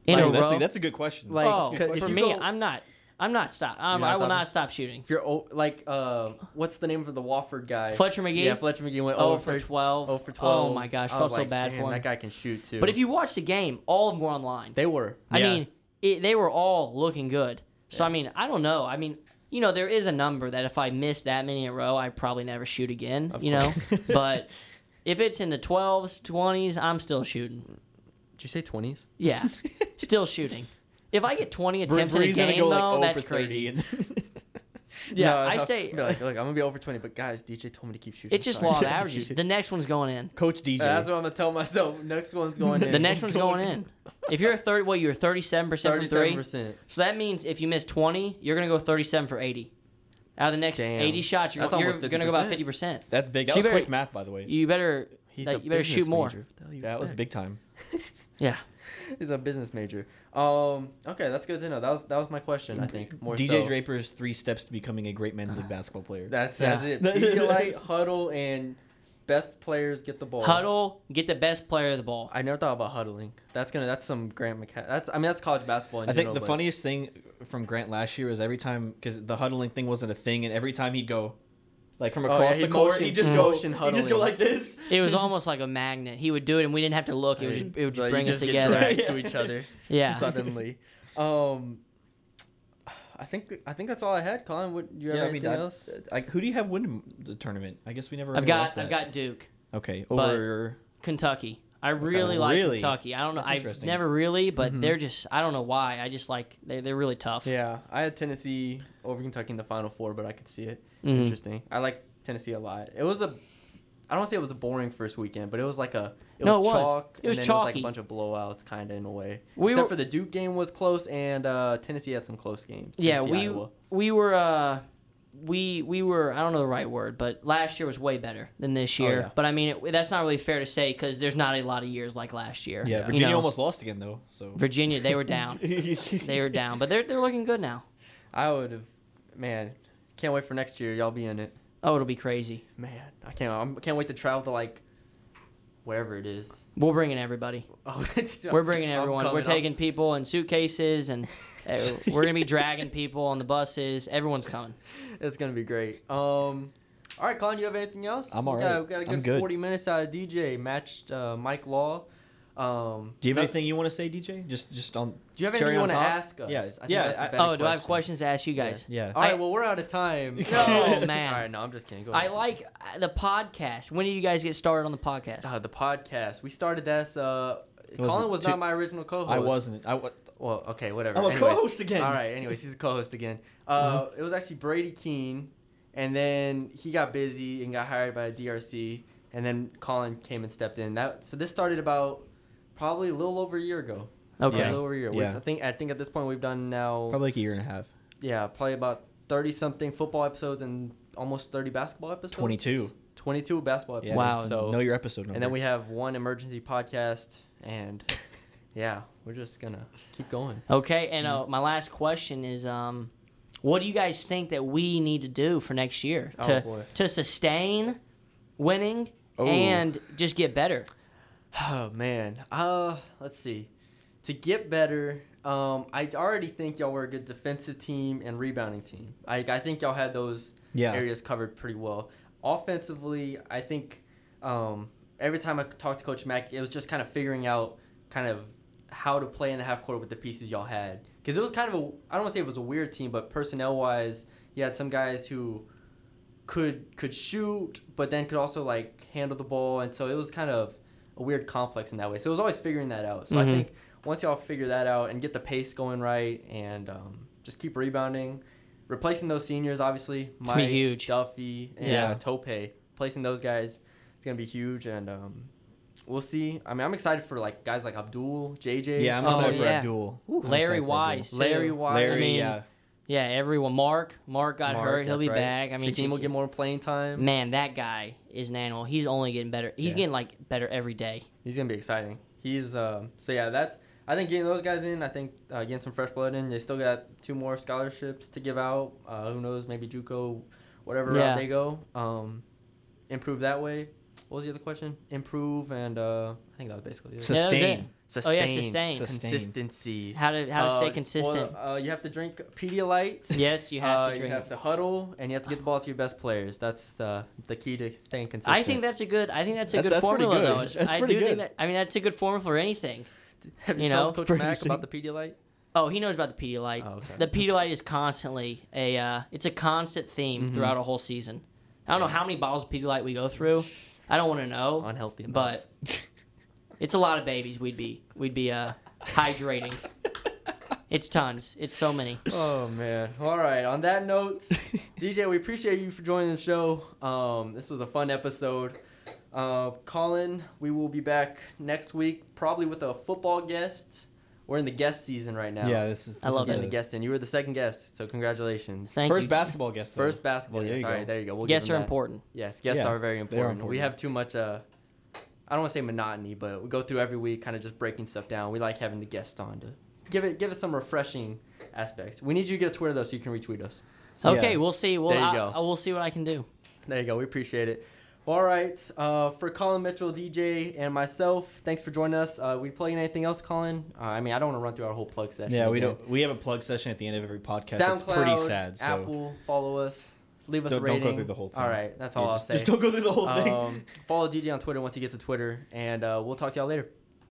[SPEAKER 3] In
[SPEAKER 2] Like,
[SPEAKER 3] a
[SPEAKER 2] that's,
[SPEAKER 3] row,
[SPEAKER 2] A, that's a good question.
[SPEAKER 1] Like,
[SPEAKER 3] oh,
[SPEAKER 1] c- if
[SPEAKER 3] for
[SPEAKER 1] you
[SPEAKER 3] me,
[SPEAKER 1] go-
[SPEAKER 3] I'm not. I'm not stop.
[SPEAKER 1] You're
[SPEAKER 3] Um,
[SPEAKER 1] not
[SPEAKER 3] I will
[SPEAKER 1] stopping?
[SPEAKER 3] not stop shooting.
[SPEAKER 1] If you're o- like, uh, what's the name of the Wofford guy?
[SPEAKER 3] Fletcher McGee?
[SPEAKER 1] Yeah, Fletcher McGee went
[SPEAKER 3] Oh,
[SPEAKER 1] 0
[SPEAKER 3] for 12.
[SPEAKER 1] Oh for
[SPEAKER 3] Oh
[SPEAKER 1] 12.
[SPEAKER 3] my gosh,
[SPEAKER 1] I
[SPEAKER 3] felt
[SPEAKER 1] was
[SPEAKER 3] so
[SPEAKER 1] like,
[SPEAKER 3] bad
[SPEAKER 1] Damn,
[SPEAKER 3] for him."
[SPEAKER 1] That guy can shoot too.
[SPEAKER 3] But if you watch the game, all of them were online.
[SPEAKER 1] they were.
[SPEAKER 3] I
[SPEAKER 2] Yeah.
[SPEAKER 3] mean, it, they were all looking good. So I mean, I don't know. I mean, you know, there is a number that if I miss that many in a row, I probably never shoot again.
[SPEAKER 1] Of
[SPEAKER 3] you know,
[SPEAKER 1] course.
[SPEAKER 3] but if it's in the 12s, 20s, I'm still shooting.
[SPEAKER 1] Did you say 20s?
[SPEAKER 3] Yeah, still shooting. If I get 20
[SPEAKER 2] Br-
[SPEAKER 3] attempts
[SPEAKER 2] Bree's
[SPEAKER 3] in a
[SPEAKER 2] gonna
[SPEAKER 3] game,
[SPEAKER 2] go like 0
[SPEAKER 3] though, that's
[SPEAKER 2] for
[SPEAKER 3] crazy.
[SPEAKER 2] 30 and
[SPEAKER 3] Yeah, I
[SPEAKER 1] no,
[SPEAKER 3] say-
[SPEAKER 1] be like, look, I'm gonna be over 20, but guys, DJ told me to keep shooting.
[SPEAKER 3] It's just
[SPEAKER 1] Sorry.
[SPEAKER 3] law of
[SPEAKER 1] Keep
[SPEAKER 3] averages.
[SPEAKER 1] shooting.
[SPEAKER 3] The next one's going in.
[SPEAKER 2] Coach DJ.
[SPEAKER 1] That's what I'm gonna tell myself. Next one's going in.
[SPEAKER 3] The next one's going in. If you're a third, well, you're 37% from three.
[SPEAKER 1] percent.
[SPEAKER 3] So that means if you miss 20, you're going to go 37 for 80. Out of the next
[SPEAKER 1] Damn.
[SPEAKER 3] 80 shots, you're,
[SPEAKER 1] That's
[SPEAKER 3] you're
[SPEAKER 1] almost
[SPEAKER 3] going to go about
[SPEAKER 1] 50%.
[SPEAKER 3] 50%.
[SPEAKER 2] That's big. That
[SPEAKER 3] So you
[SPEAKER 2] was
[SPEAKER 3] better-
[SPEAKER 2] quick math, by the way.
[SPEAKER 3] You better like, you better shoot more.
[SPEAKER 2] that was big time.
[SPEAKER 3] Yeah.
[SPEAKER 1] He's a business major. Um. Okay, that's good to know. That was that was my question. I think more
[SPEAKER 2] DJ
[SPEAKER 1] so.
[SPEAKER 2] Draper's three steps to becoming a great men's league basketball player.
[SPEAKER 1] That's
[SPEAKER 3] Yeah.
[SPEAKER 1] that's it. Pedialyte, huddle, and best players get the ball.
[SPEAKER 3] Huddle, get the best player of the ball.
[SPEAKER 1] I never thought about huddling. That's gonna. That's some Grant McCa. That's. I mean, that's college basketball. In
[SPEAKER 2] I think
[SPEAKER 1] general,
[SPEAKER 2] the
[SPEAKER 1] but-
[SPEAKER 2] funniest thing from Grant last year is every time because the huddling thing wasn't a thing, and every time he'd go, like from
[SPEAKER 1] Oh, yeah,
[SPEAKER 2] across
[SPEAKER 1] he
[SPEAKER 2] the court,
[SPEAKER 1] motion-
[SPEAKER 2] he'd just
[SPEAKER 1] he
[SPEAKER 2] go,
[SPEAKER 1] motion
[SPEAKER 2] he'd just
[SPEAKER 1] huddling.
[SPEAKER 2] go like this.
[SPEAKER 3] It was almost like a magnet. He would do it, and we didn't have to look. It would just, it would just
[SPEAKER 1] Like, you
[SPEAKER 3] bring us
[SPEAKER 1] just get
[SPEAKER 3] together.
[SPEAKER 1] dragged to each other.
[SPEAKER 3] Yeah.
[SPEAKER 1] Suddenly. Um. I think I think that's all I had. Colin, would you have
[SPEAKER 2] Yeah, I mean,
[SPEAKER 1] anything
[SPEAKER 2] I,
[SPEAKER 1] else?
[SPEAKER 2] I, who do you have winning the tournament? I guess we never.
[SPEAKER 3] I've
[SPEAKER 2] really watched
[SPEAKER 3] got
[SPEAKER 2] that.
[SPEAKER 3] I've got Duke,
[SPEAKER 2] Okay,
[SPEAKER 3] but-
[SPEAKER 2] over.
[SPEAKER 3] Kentucky. I really like
[SPEAKER 2] Really?
[SPEAKER 3] Kentucky. I don't know.
[SPEAKER 2] That's
[SPEAKER 3] I've
[SPEAKER 2] interesting.
[SPEAKER 3] never really, but
[SPEAKER 1] Mhm.
[SPEAKER 3] they're just I don't know why. I just like they they're really tough.
[SPEAKER 1] Yeah, I had Tennessee over Kentucky in the Final Four, but I could see it.
[SPEAKER 3] Mhm.
[SPEAKER 1] Interesting. I like Tennessee a lot. It was a, I don't say it was a boring first weekend, but it was like a, it
[SPEAKER 3] No,
[SPEAKER 1] was
[SPEAKER 3] it was.
[SPEAKER 1] chalk.
[SPEAKER 3] It was
[SPEAKER 1] and then It was like a
[SPEAKER 3] chalky.
[SPEAKER 1] bunch of blowouts, kind of in a way.
[SPEAKER 3] We
[SPEAKER 1] Except
[SPEAKER 3] were-
[SPEAKER 1] for the Duke game was close, and uh, Tennessee had some close games.
[SPEAKER 3] Yeah,
[SPEAKER 1] Tennessee,
[SPEAKER 3] we
[SPEAKER 1] Iowa.
[SPEAKER 3] we were uh we we were I don't know the right word, but last year was way better than this
[SPEAKER 1] Oh,
[SPEAKER 3] year.
[SPEAKER 1] yeah.
[SPEAKER 3] But I mean it, that's not really fair to say because there's not a lot of years like last year.
[SPEAKER 2] Yeah,
[SPEAKER 3] You
[SPEAKER 2] Virginia
[SPEAKER 3] know,
[SPEAKER 2] almost lost again though. So
[SPEAKER 3] Virginia they were down. they were down, but they're they're looking good now.
[SPEAKER 1] I would have, man, can't wait for next year. Y'all be in it,
[SPEAKER 3] Oh, it'll be crazy.
[SPEAKER 1] man. I can't. I'm, I can't wait to travel to like, wherever it is.
[SPEAKER 3] We'll bring in everybody.
[SPEAKER 1] Oh, it's,
[SPEAKER 3] We're bringing
[SPEAKER 1] I'm
[SPEAKER 3] everyone. We're
[SPEAKER 1] coming. I'm-
[SPEAKER 3] taking people in suitcases, and uh, we're gonna be dragging people on the buses. Everyone's coming.
[SPEAKER 1] It's gonna be great. Um, all right, Colin, you have anything else?
[SPEAKER 2] I'm
[SPEAKER 1] we
[SPEAKER 2] all
[SPEAKER 1] Got,
[SPEAKER 2] right.
[SPEAKER 1] we got a
[SPEAKER 2] I'm
[SPEAKER 1] good,
[SPEAKER 2] good.
[SPEAKER 1] 40 minutes out of DJ. Matched uh, Mike Law. Um,
[SPEAKER 2] do you
[SPEAKER 1] no-
[SPEAKER 2] have anything you want to say, DJ? Just just on.
[SPEAKER 1] Do you have anything
[SPEAKER 2] cherry
[SPEAKER 1] you
[SPEAKER 2] on
[SPEAKER 1] want to
[SPEAKER 2] top?
[SPEAKER 1] ask us?
[SPEAKER 2] Yeah,
[SPEAKER 1] I think
[SPEAKER 2] yeah.
[SPEAKER 1] that's the
[SPEAKER 2] I-
[SPEAKER 1] better
[SPEAKER 3] Oh, do I have
[SPEAKER 1] question.
[SPEAKER 3] questions to ask you guys?
[SPEAKER 1] Yes.
[SPEAKER 2] Yeah.
[SPEAKER 1] All right.
[SPEAKER 3] I-
[SPEAKER 1] well, we're out of time.
[SPEAKER 3] No, man.
[SPEAKER 1] All right. No, I'm just kidding. Go
[SPEAKER 3] I
[SPEAKER 1] ahead.
[SPEAKER 3] like uh, the podcast. When did you guys get started on the podcast?
[SPEAKER 1] uh, the podcast. We started this. Uh,
[SPEAKER 2] was
[SPEAKER 1] Colin was
[SPEAKER 2] two-
[SPEAKER 1] not my original co-host.
[SPEAKER 2] I wasn't. I wa-
[SPEAKER 1] Well, okay, whatever.
[SPEAKER 2] I'm a
[SPEAKER 1] Anyways.
[SPEAKER 2] co-host again. Uh-huh.
[SPEAKER 1] All right. Anyways, he's a co-host again. Uh, It was actually Brady Keene, and then he got busy and got hired by DRC, and then Colin came and stepped in. That so this started about probably a little over a year ago.
[SPEAKER 3] okay.
[SPEAKER 1] Yeah, a little over a year. We've-
[SPEAKER 2] Yeah.
[SPEAKER 1] I think I think at this point we've done now
[SPEAKER 2] probably like a year and a half.
[SPEAKER 1] yeah probably about thirty something football episodes and almost thirty basketball episodes.
[SPEAKER 2] 22.
[SPEAKER 1] 22 basketball
[SPEAKER 2] Yeah.
[SPEAKER 1] episodes.
[SPEAKER 3] Wow.
[SPEAKER 1] So
[SPEAKER 2] know your episode number.
[SPEAKER 1] and then we have one emergency podcast and. Yeah, we're just gonna keep going.
[SPEAKER 3] Okay. And uh, my last question is, um, what do you guys think that we need to do for next year
[SPEAKER 1] Oh,
[SPEAKER 3] to
[SPEAKER 1] boy.
[SPEAKER 3] to sustain winning
[SPEAKER 2] Oh.
[SPEAKER 3] and just get better?
[SPEAKER 1] Oh man. Uh let's see. To get better, um, I already think y'all were a good defensive team and rebounding team. I I think y'all had those
[SPEAKER 2] Yeah.
[SPEAKER 1] areas covered pretty well. Offensively, I think um, every time I talked to Coach Mack, it was just kind of figuring out kind of how to play in the half court with the pieces y'all had. Because it was kind of a I don't want to say it was a weird team, but personnel wise, you had some guys who could could shoot, but then could also like handle the ball, and so it was kind of a weird complex in that way. So it was always figuring that out. So I
[SPEAKER 3] Mhm.
[SPEAKER 1] think once y'all figure that out and get the pace going right, and um, just keep rebounding, replacing those seniors, obviously,
[SPEAKER 3] gonna be
[SPEAKER 1] Mike
[SPEAKER 3] huge.
[SPEAKER 1] Duffy and uh,
[SPEAKER 2] Yeah.
[SPEAKER 1] Tope, placing those guys, it's gonna be huge, and um, we'll see. I mean, I'm excited for like guys like Abdul, JJ,
[SPEAKER 2] yeah, I'm
[SPEAKER 3] Oh,
[SPEAKER 2] excited for
[SPEAKER 3] yeah.
[SPEAKER 2] Abdul. I'm excited for
[SPEAKER 3] Larry
[SPEAKER 2] Abdul.
[SPEAKER 3] Wise. too.
[SPEAKER 1] Larry Wise.
[SPEAKER 2] Larry,
[SPEAKER 3] I mean,
[SPEAKER 2] yeah.
[SPEAKER 3] Yeah, everyone. Mark. Mark got
[SPEAKER 1] Mark,
[SPEAKER 3] hurt. He'll
[SPEAKER 1] that's
[SPEAKER 3] be
[SPEAKER 1] right.
[SPEAKER 3] back. I mean,
[SPEAKER 1] Shaquem will
[SPEAKER 3] Shaquem-
[SPEAKER 1] get more playing time.
[SPEAKER 3] Man, that guy is an animal. He's only getting better. He's
[SPEAKER 2] Yeah.
[SPEAKER 3] getting like better every day.
[SPEAKER 1] He's gonna be exciting. He's um, so yeah. That's I think getting those guys in. I think uh, getting some fresh blood in. They still got two more scholarships to give out. Uh, who knows? Maybe JUCO, whatever
[SPEAKER 3] Yeah.
[SPEAKER 1] route they go. Um, improve that way. What was the other question? Improve and uh, I think that was basically it.
[SPEAKER 3] Yeah, that was it.
[SPEAKER 2] Sustain.
[SPEAKER 3] Oh, yeah, sustain.
[SPEAKER 2] Sustain.
[SPEAKER 1] consistency.
[SPEAKER 3] How to how to
[SPEAKER 1] Uh,
[SPEAKER 3] stay
[SPEAKER 1] well,
[SPEAKER 3] consistent.
[SPEAKER 1] uh, you have to drink Pedialyte.
[SPEAKER 3] yes, you have
[SPEAKER 1] Uh,
[SPEAKER 3] to drink.
[SPEAKER 1] You have to huddle, and you have to get the ball to your best players. That's uh, the key to staying consistent.
[SPEAKER 3] I think that's a good. I think that's a
[SPEAKER 2] That's-
[SPEAKER 3] good
[SPEAKER 2] that's pretty
[SPEAKER 3] formula,
[SPEAKER 2] good.
[SPEAKER 3] though.
[SPEAKER 2] That's
[SPEAKER 3] I
[SPEAKER 2] pretty
[SPEAKER 3] do
[SPEAKER 2] good.
[SPEAKER 3] think that. I mean, that's a good formula for anything.
[SPEAKER 1] Have you,
[SPEAKER 3] you
[SPEAKER 1] told
[SPEAKER 3] know,
[SPEAKER 1] Coach
[SPEAKER 2] pretty
[SPEAKER 1] Mack
[SPEAKER 2] soon.
[SPEAKER 1] about the Pedialyte?
[SPEAKER 3] Oh, he knows about the Pedialyte.
[SPEAKER 1] Oh, okay.
[SPEAKER 3] The Pedialyte is constantly a. Uh, it's a constant theme
[SPEAKER 1] Mm-hmm.
[SPEAKER 3] throughout a whole season. I don't know how many bottles of Pedialyte we go through. I don't want to know.
[SPEAKER 1] Unhealthy amounts.
[SPEAKER 3] but it's a lot of babies. We'd be we'd be uh, hydrating. it's tons. It's so many.
[SPEAKER 1] Oh man! All right. On that note, DJ, we appreciate you for joining the show. Um, this was a fun episode. Uh, Colin, we will be back next week, probably with a football guest. We're in the guest season right now.
[SPEAKER 2] Yeah, this is. This
[SPEAKER 3] I love
[SPEAKER 2] is
[SPEAKER 1] You're in
[SPEAKER 3] it.
[SPEAKER 1] the guest, and you were the second guest, so congratulations.
[SPEAKER 3] Thank
[SPEAKER 2] first
[SPEAKER 3] you.
[SPEAKER 2] basketball guest. though.
[SPEAKER 1] First basketball.
[SPEAKER 2] Yeah, there
[SPEAKER 1] yes,
[SPEAKER 2] you
[SPEAKER 1] all
[SPEAKER 2] go.
[SPEAKER 1] right, there you go. We'll give
[SPEAKER 3] Guests
[SPEAKER 1] them
[SPEAKER 3] are
[SPEAKER 1] that.
[SPEAKER 3] important.
[SPEAKER 1] Yes, guests
[SPEAKER 2] Yeah,
[SPEAKER 1] are very
[SPEAKER 2] they are
[SPEAKER 1] important. We
[SPEAKER 2] important.
[SPEAKER 1] have too much. Uh, I don't want to say monotony, but we go through every week, kind of just breaking stuff down. We like having the guests on to give it give it some refreshing aspects. We need you to get a Twitter though, so you can retweet us.
[SPEAKER 2] So,
[SPEAKER 3] okay,
[SPEAKER 2] yeah.
[SPEAKER 3] we'll see. We'll
[SPEAKER 1] There you
[SPEAKER 3] I,
[SPEAKER 1] go.
[SPEAKER 3] I will see what I can do.
[SPEAKER 1] There you go. We appreciate it. All right, uh, for Colin Mitchell, DJ, and myself, thanks for joining us. Uh, we playing anything else, Colin? Uh, I mean, I don't want to run through our whole plug session.
[SPEAKER 2] Yeah, we
[SPEAKER 1] again.
[SPEAKER 2] don't. We have a plug session at the end of every podcast. it's
[SPEAKER 1] SoundCloud,
[SPEAKER 2] pretty sad. So
[SPEAKER 1] Apple, follow us, leave us a
[SPEAKER 2] Don't- don't
[SPEAKER 1] rating.
[SPEAKER 2] go through the whole thing.
[SPEAKER 1] All right, that's
[SPEAKER 2] Yeah,
[SPEAKER 1] all
[SPEAKER 2] just,
[SPEAKER 1] I'll say.
[SPEAKER 2] just don't go through the whole thing.
[SPEAKER 1] um, follow DJ on Twitter once he gets to Twitter, and uh, we'll talk to y'all later.